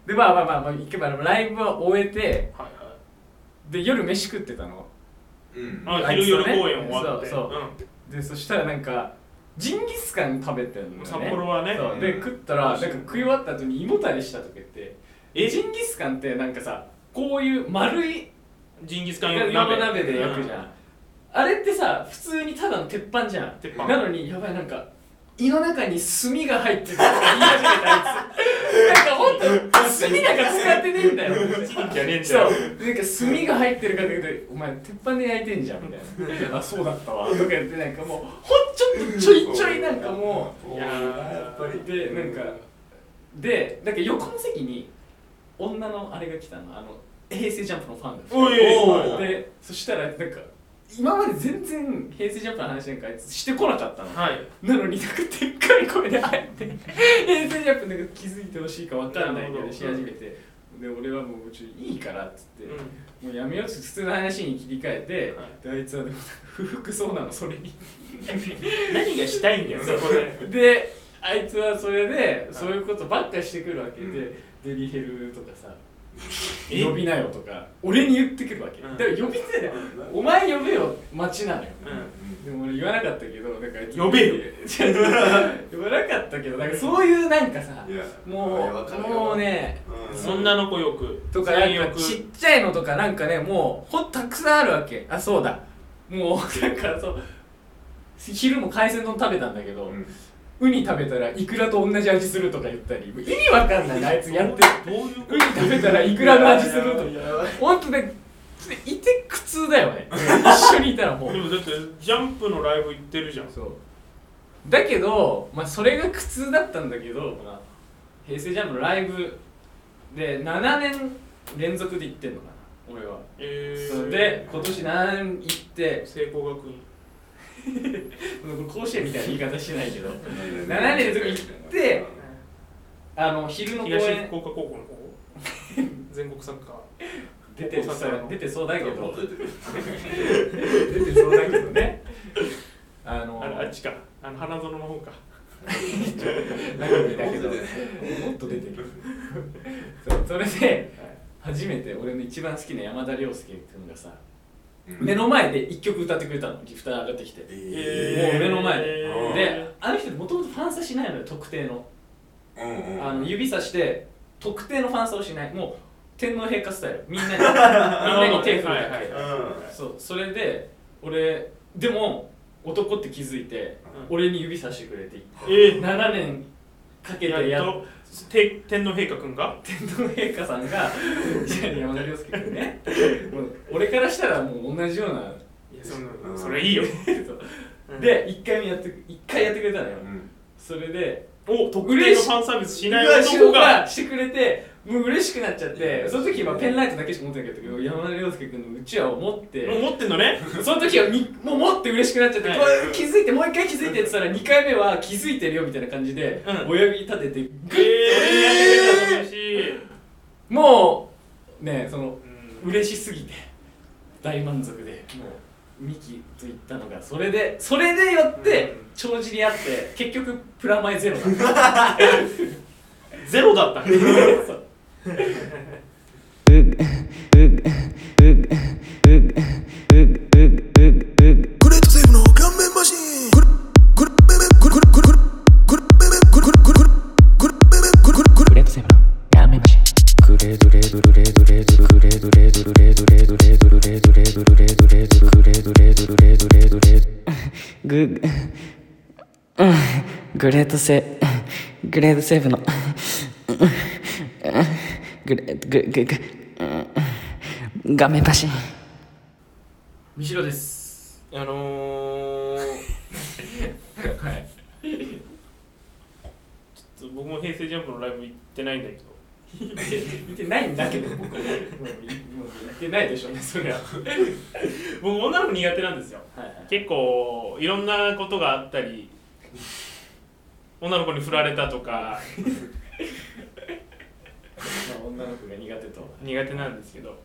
E: でまあまあまあまあ行けばライブは終えて
C: はいはい
E: で夜飯食ってたの
D: うん
C: あ
E: あい
C: 昼
E: つ
C: 夜
E: とね
C: 公演終わって
E: そうそでそしたらなんかジンギスカン食べてるのね
C: 札幌はね
E: そうで食ったらなんか食い終わった後に胃もたれしたとか言ってえジンギスカンってなんかさこういう丸い
C: うんジンギスカン
A: 生
C: 焼く
A: 鍋で焼くじゃん、
C: う
A: あれってさ普通にただの鉄板じゃん
C: 鉄板
A: なのにやばいなんか胃の中に炭が入ってるとか言い始めたあいつなんかほんと炭なんか使ってねえんだよ
C: ジンじゃねえん
A: そう
C: だよ
A: なんか炭が入ってるかというとお前鉄板で焼いてんじゃんみたいな あそうだったわとか言ってなんかもうほんちょっとちょいちょいなんかも
D: おー
C: いやー
D: やっぱり
A: うでなんかでなんか横の席に女のあれが来たのあの平成ジャンプのファンが
C: おい
D: おー
A: でそしたらなんか今まで全然平成ジャンプの話なんかあいつしてこなかったの
C: はい
A: なのになんかでっかい声であえて平成ジャンプなんか気づいてほしいかわかんないけ
C: なるほ
A: ど
C: ど
A: し始めてで俺はもうちょっといいからっつって、
C: うん
A: もうやめようっつって普通の話に切り替え
C: はい
A: て、であいつはでもなんか不服そうなのそれに
C: 何がしたいんだよそこで
A: であいつはそれでそういうことばっかしてくるわけで、デリヘルとかさ
C: え
A: 呼びなよとか俺に言ってくるわけ、
C: うん
A: だから呼びてないお前呼べよ待ちなのよ、
C: う
A: でも俺言わなかったけどだから
C: 呼べよ
A: いや違う違う 呼ばなかったけどなんかそういうなんかさ
D: いやいや
A: も
D: わか
A: う
D: るよ
A: もうね
D: うんん
C: そんなの子よく
A: とか
C: 最
A: なん
C: 悪
A: かちっちゃいのとかなんかねもうほんたくさんあるわけあそうだもうなんかそう昼も海鮮丼食べたんだけど、
I: うん
A: ウニ食べたらイクラと同じ味するとか言ったりもう意味わかんないあいつやって
C: どういうこ
A: ウニ食べたらイクラの味するとか
D: やばい
A: 本当ねちょっといて苦痛だよね一緒にいたらもう
C: とでもだってジャンプのライブ行ってるじゃ ん
A: そうだけど、まあ、それが苦痛だったんだけど、まあ平成ジャンプのライブで7年連続で行ってんのかな俺は、
C: え
A: そう
C: ー、
A: で今年7年行って
C: 聖光学院
A: うんこれ甲子園みたいな言い方してないけど
D: 7
A: 7年連続行ってあの昼の公
C: 東
A: 演
C: 福岡高校の方 全国サッカー
A: 出てそう
C: 大阪の
A: 出てそうだけ
D: も
A: ど
D: っと言ってる
A: 出てそうだけどねあの
C: あれあっちかあの花園の方か
A: 中身だけど
D: もっと出
A: もっと出てるそうそれで初めて俺の一番好きな山田涼介君がさ、
I: うん
A: 目の前で1曲歌ってくれたのギフター上がってきて、
C: えー
A: もう目の前で、
C: えー
A: であの人もともとファンサしないのよ特定の,、
I: うんうん
A: あの指さして特定のファンサをしないもう天皇陛下スタイルみん なにみんなに手振るだけ、
C: はいはいはい
D: うん
A: そうそれで俺でも男って気づいて、
C: うん
A: 俺に指さしてくれて
C: えー、
A: 7年かけて
C: や
A: や
C: っ
A: っ
C: とて天皇陛下くんが
A: 天皇陛下さんがいや山田涼介君ねもう俺からしたらもう同じような
C: いやそんな
D: うん
C: それいいよ、う ん
A: で1回目やって1回やってくれたのよ、
I: うん
A: それで
C: お特定のファンサービスしない
A: 男
C: 男が
A: がしてくれてもう嬉しくなっちゃってその時はペンライトだけしか持ってなかったけど山田涼介君のうちわを持っ
C: もう
A: て
C: 持ってんのね
A: その時はにもう持って嬉しくなっちゃって、
C: はい
A: こう気づいてもう一回気づいてって言ったら2回目は気づいてるよみたいな感じで、
C: うん
A: 親指立ててグッ
C: えー、やってくれたの嬉しい、
A: もうねその
C: うん、
A: 嬉しすぎて大満足でもうミキと言ったのがそれでそれでやって
C: うん
A: 帳尻あって結局プラマイゼロなんだ
C: ゼロだったね
A: そう
J: グレートセーブの顔面マシングルグルベベグルグルグルベベグルグルグルベベグルグル
H: グレートセブンのラーメンマシングレードレードレードレードグレードレードレードレードレードレードレードレードレードグレードレードレードレードレードグうんグレートセグレードセブンのうんうんグレードグググうん画面マシン
A: 三代です
K: あのー、
A: はい
C: 僕も平成ジャンプのライブ行ってないんだけど
A: 見てないんだけど僕もうもう見てないでしょうねそれは
C: 僕女の子苦手なんですよ
A: はいはい
C: 結構いろんなことがあったり女の子に振られたとか
A: まあ女の子が苦手と
C: 苦手なんですけど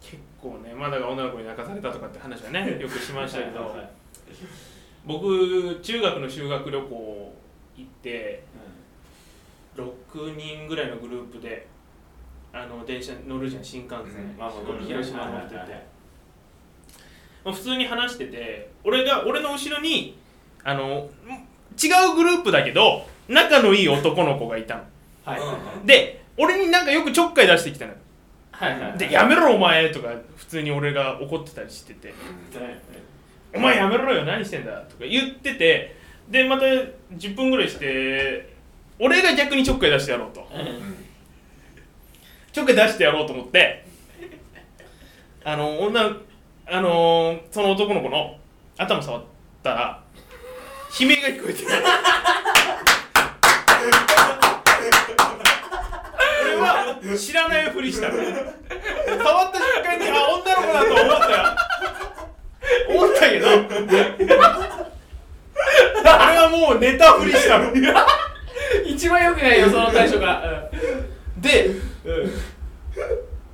C: 結構ねまあだが女の子に泣かされたとかって話はねよくしましたけど僕中学の修学旅行行って6人ぐらいのグループであの電車に乗るじゃん新幹線、
I: うん
A: まあまあ
C: ここに広島乗ってて、
A: はいはいはい
C: まあ普通に話してて俺が俺の後ろにあのん違うグループだけど仲のいい男の子がいたの
A: はいはい
C: で俺になんかよくちょっかい出してきたの
A: はいはいはい
C: で「やめろお前」とか普通に俺が怒ってたりしてて「お前やめろよ何してんだ」とか言っててでまた10分ぐらいして俺が逆にちょっかい出してやろうとちょっかい出してやろうと思ってあの女あのーその男の子の頭触ったら悲鳴が聞こえてた俺は知らないふりした触った瞬間にあ女の子だと思ったよ思ったけど俺はもう寝たふりしたの
A: 一番良くないよその対処がうん
C: で、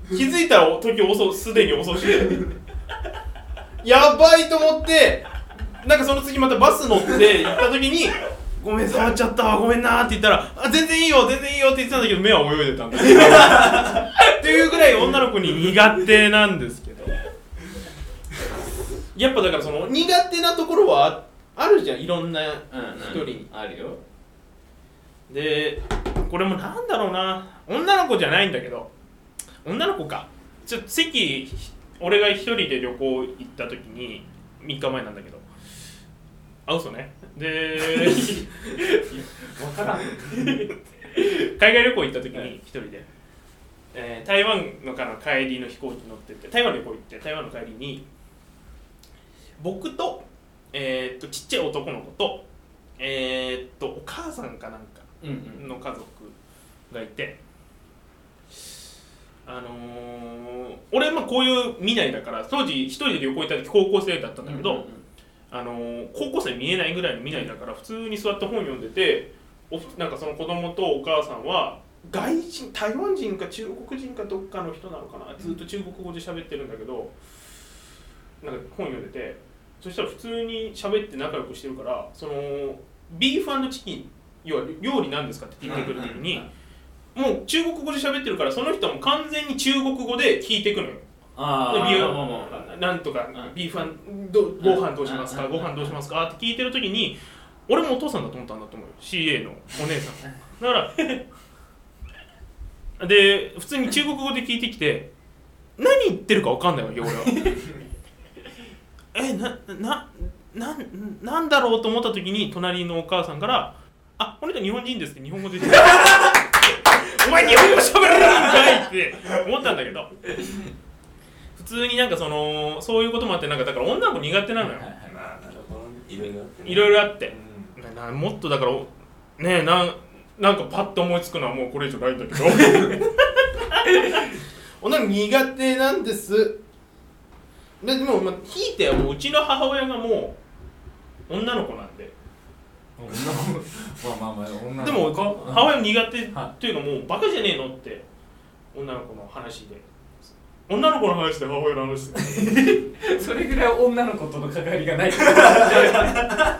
C: 気づいたら時遅すでに遅しでやばいと思ってなんかその次またバス乗って行った時にごめん触っちゃったわごめんなーって言ったらあ全然いいよ全然いいよって言ってたんだけど目は泳いでたんだっていうぐらい女の子に苦手なんですけどやっぱだからその苦手なところはあるじゃんいろんな一人に
E: あるよ
C: でこれもなんだろうな女の子じゃないんだけど女の子かちょっと席俺が一人で旅行行った時に3日前なんだけどあ嘘ねで
E: 分からん
C: 海外旅行行った時に一人で、えー台湾のからの帰りの飛行機乗ってて台湾旅行行って台湾の帰りに僕と,、えーっとちっちゃい男の子と,、えーっとお母さんかなんか
E: うんうん
C: の家族がいて、あのー俺まあこういう未来だから当時一人で旅行行った時高校生だったんだけど、
E: うんうん
C: あのー高校生見えないぐらいの未来だから普通に座って本読んでておなんかその子供とお母さんは外人台湾人か中国人かどっかの人なのかなずっと中国語で喋ってるんだけどなんか本読んでてそしたら普通に喋って仲良くしてるからそのビーフチキン要は料理なんですかって聞いてくるときにもう中国語で喋ってるからその人も完全に中国語で聞いてくのよ。
E: あ
C: で
E: あ
C: ビュー
E: もうもう分かんない
C: なんとか
E: ん
C: ビーフンどご飯どうしますか
E: うん
C: ご飯どうしますかって聞いてる時に俺もお父さんだと思ったんだと思うよ CA のお姉さんだからで普通に中国語で聞いてきて何言ってるか分かんないわけよ俺は えななななんだろうと思った時に隣のお母さんから「あこの人日本人です」って日本語で言って お前日本語喋れるんかいって 思ったんだけど普通になんかそのそういうこともあってなんかだから女の子苦手なのよ
D: まあなるほどねいろいろあってね
C: いろいろあって
D: うん
C: なもっとだからおねえなんなんかパッと思いつくのはもうこれ以上ないんだけど 女の子苦手なんですででもまあひいてはもううちの母親がもう女の子なんで
E: まあまあ女
C: でも母親も苦手っていうかもうバカじゃねえのって女の子の話で女の子の話で母親の話で
E: それぐらい女の子との関わりがない
C: あ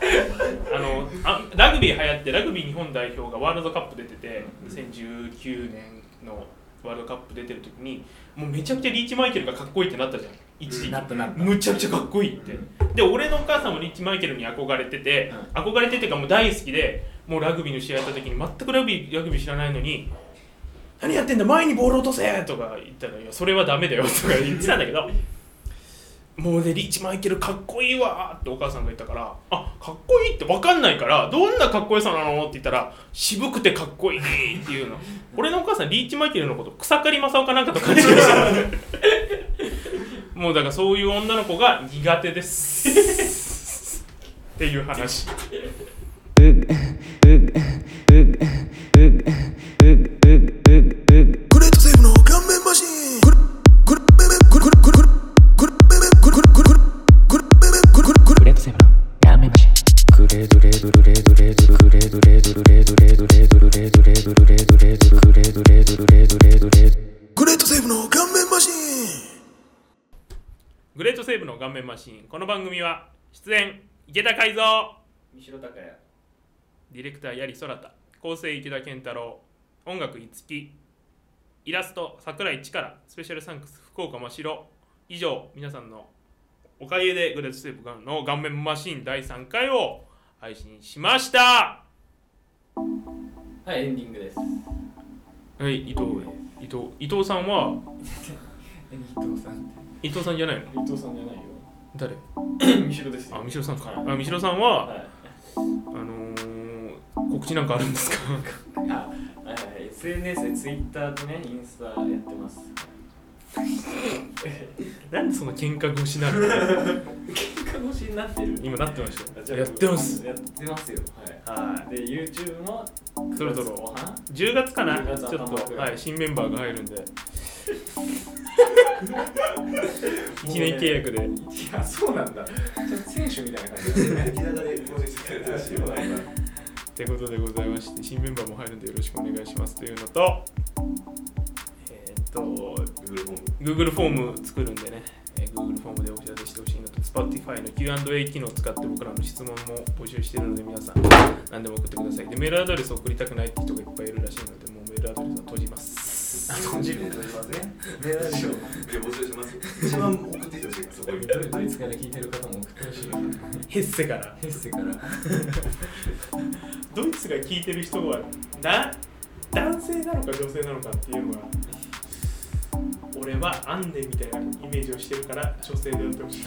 C: のあラグビー流行ってラグビー日本代表がワールドカップ出てて2019年のワールドカップ出てる時にもうめちゃくちゃリーチマイケルがかっこいいってなったじゃん一時期
E: なったなった
C: むちゃくちゃかっこいいってで俺のお母さんもリーチマイケルに憧れてて憧れててかもう大好きでもうラグビーの試合やった時に全くラグビーラグビー知らないのに「何やってんだ前にボール落とせ!」とか言ったら「いやそれはダメだよ」とか言ってたんだけどもうね、リーチマイケルかっこいいわーってお母さんが言ったから、あかっこいいって分かんないから、どんなかっこよさなのって言ったら、渋くてかっこいいっていうの。俺のお母さん、リーチマイケルのこと、草刈正雄かなんかと勘違いしてる。もうだからそういう女の子が苦手です。っていう話。
L: グレートセーブの顔面マシングルグルベベグルグルグルグルベベグルグルグルグルベベグルグルグル
H: グレードセブンやめましグレードレードルレードレードルグレードレードルレードレードレードルレードレードルレードレードルグレードレードルレードレードレード
L: グレートセーブの顔面マシン
C: グレートセーブの顔面マシーン。この番組は、出演、池田海蔵。
E: 三代高也
C: ディレクターやりそらた構成池田健太郎音楽いつきイラスト桜井力スペシャルサンクス福岡真城以上皆さんのおかげでグレートセーブガンの顔面マシーン第3回を配信しました
E: はいエンディングです
C: はい伊藤伊藤伊藤さんは
E: 伊藤さん
C: 伊藤さんじゃないの
E: 伊藤さんじゃないよ
C: 誰
E: 三代です
C: あ
E: よ
C: 三代さんかあ三代さんは
E: はい
C: あのー、告知なんかあるんです か
E: あはいはい SNS で Twitter とねインスタやってます
C: なんでそんな喧嘩腰になるの
E: 喧嘩腰になってる
C: 今なってました
E: じゃ
C: よ
E: あ
C: やってます
E: やってますよ
C: はい
E: はいで YouTube も
C: そろそろ
E: 後半
C: 10月かな
E: 10月
C: ちょっ
E: 頭ぐ
C: と、
E: らい
C: はい、新メンバーが入るんで 1年契約で
E: いやそうなんだちょっと選手みたいな感じだね
D: ひながらで更新してくれたらしいよな今
C: ってことでございまして新メンバーも入るんでよろしくお願いしますというのとえーっと
D: Google ホーム
C: Google フォーム作るんでね、えー
E: Google フォームでお知らせしてほしいのと、Spotify の Q&A 機能を使って僕らの質問も募集しているので、皆さん、何でも送ってください。で、メールアドレスを送りたくないって人がいっぱいいるらしいので、もうメールアドレスは閉じます。
M: 閉じるということね。メールアドレスを
D: で募集しますよ一番送ってきてほしいからそこに
A: ドイドイツから聞いてる方も送ってほしいよね
E: ヘッセから。
A: ヘッセから
E: ドイツが聞いてる人は、な、男性なのか女性なのかっていうのは、俺はアンデみたいなイメージをしてるから、女性でやってほしい。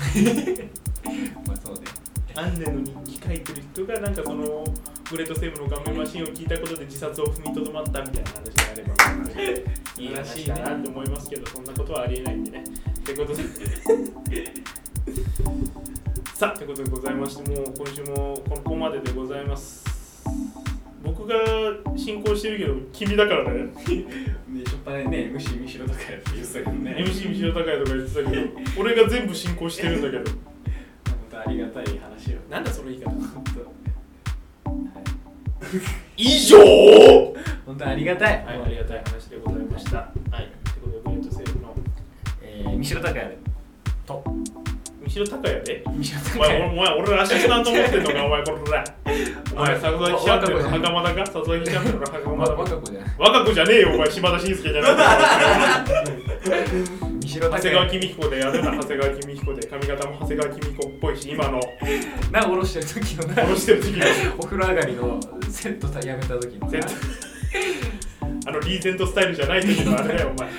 A: まあそうね
E: アンネの日記書いてる人がなんかそのグレートセーブの顔面マシンを聞いたことで自殺を踏みとどまったみたいな話があれば いい話だなと思いますけどそんなことはありえないんでね。ということでさあということでございましてもう今週もここまででござい ます。僕が進行してるけど君だからね
A: でしょっぱなにね MC 見しろとかやって言ってたけどね
E: MC 三代高也とか言ってたけど俺が全部進行してるんだけど
A: 本当ありがたい話よ
E: なんだその 言い方
A: 本当はい
E: 以上
A: 本当ありがたい、
E: はい、ありがたい話でございました。はい、ということで、グレートセーブの
A: えー、三代孝也でと
E: 三代孝也で。
A: 三代孝
E: お前、
A: 也
E: お前、俺らアシスタント持ってんのか、お 前、これら。お前、里崎キャンプ、袴田か、里崎キャンプの袴
A: わ
E: 田
A: 若
E: か。
A: 子じゃない
E: 若子じゃねえよ、お前、島田紳介じゃ ない。
A: 三代
E: 長
A: 孝
E: 谷川
A: 也
E: 公彦でやるな、長谷川公彦で、髪型も長谷川公彦っぽいし、今の。
A: なおろしてる時のな
E: 殺してる時 の、
A: お風呂上がりのセットたやめた時のな
E: 絶対。あのリーゼントスタイルじゃない時のあれだよ、お前。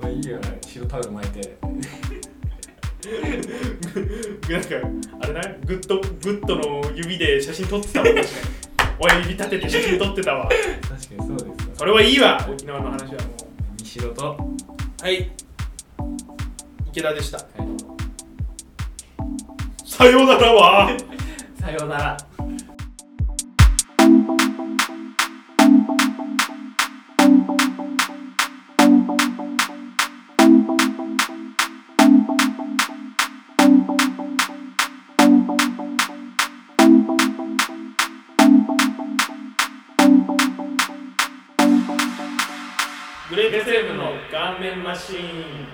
A: まあいいよね白タオル巻いて
E: なんか、あれな、グッド、グッドの指で写真撮ってたもん、 確かに。親指立てて写真撮ってたわ。
A: 確かにそうです
E: それはいいわ、沖縄の話はも
A: 三代と、は
E: う。はい。池田でした。
A: い、
E: さようならは。
A: さようなら
E: グレートセブンの顔面マシーン。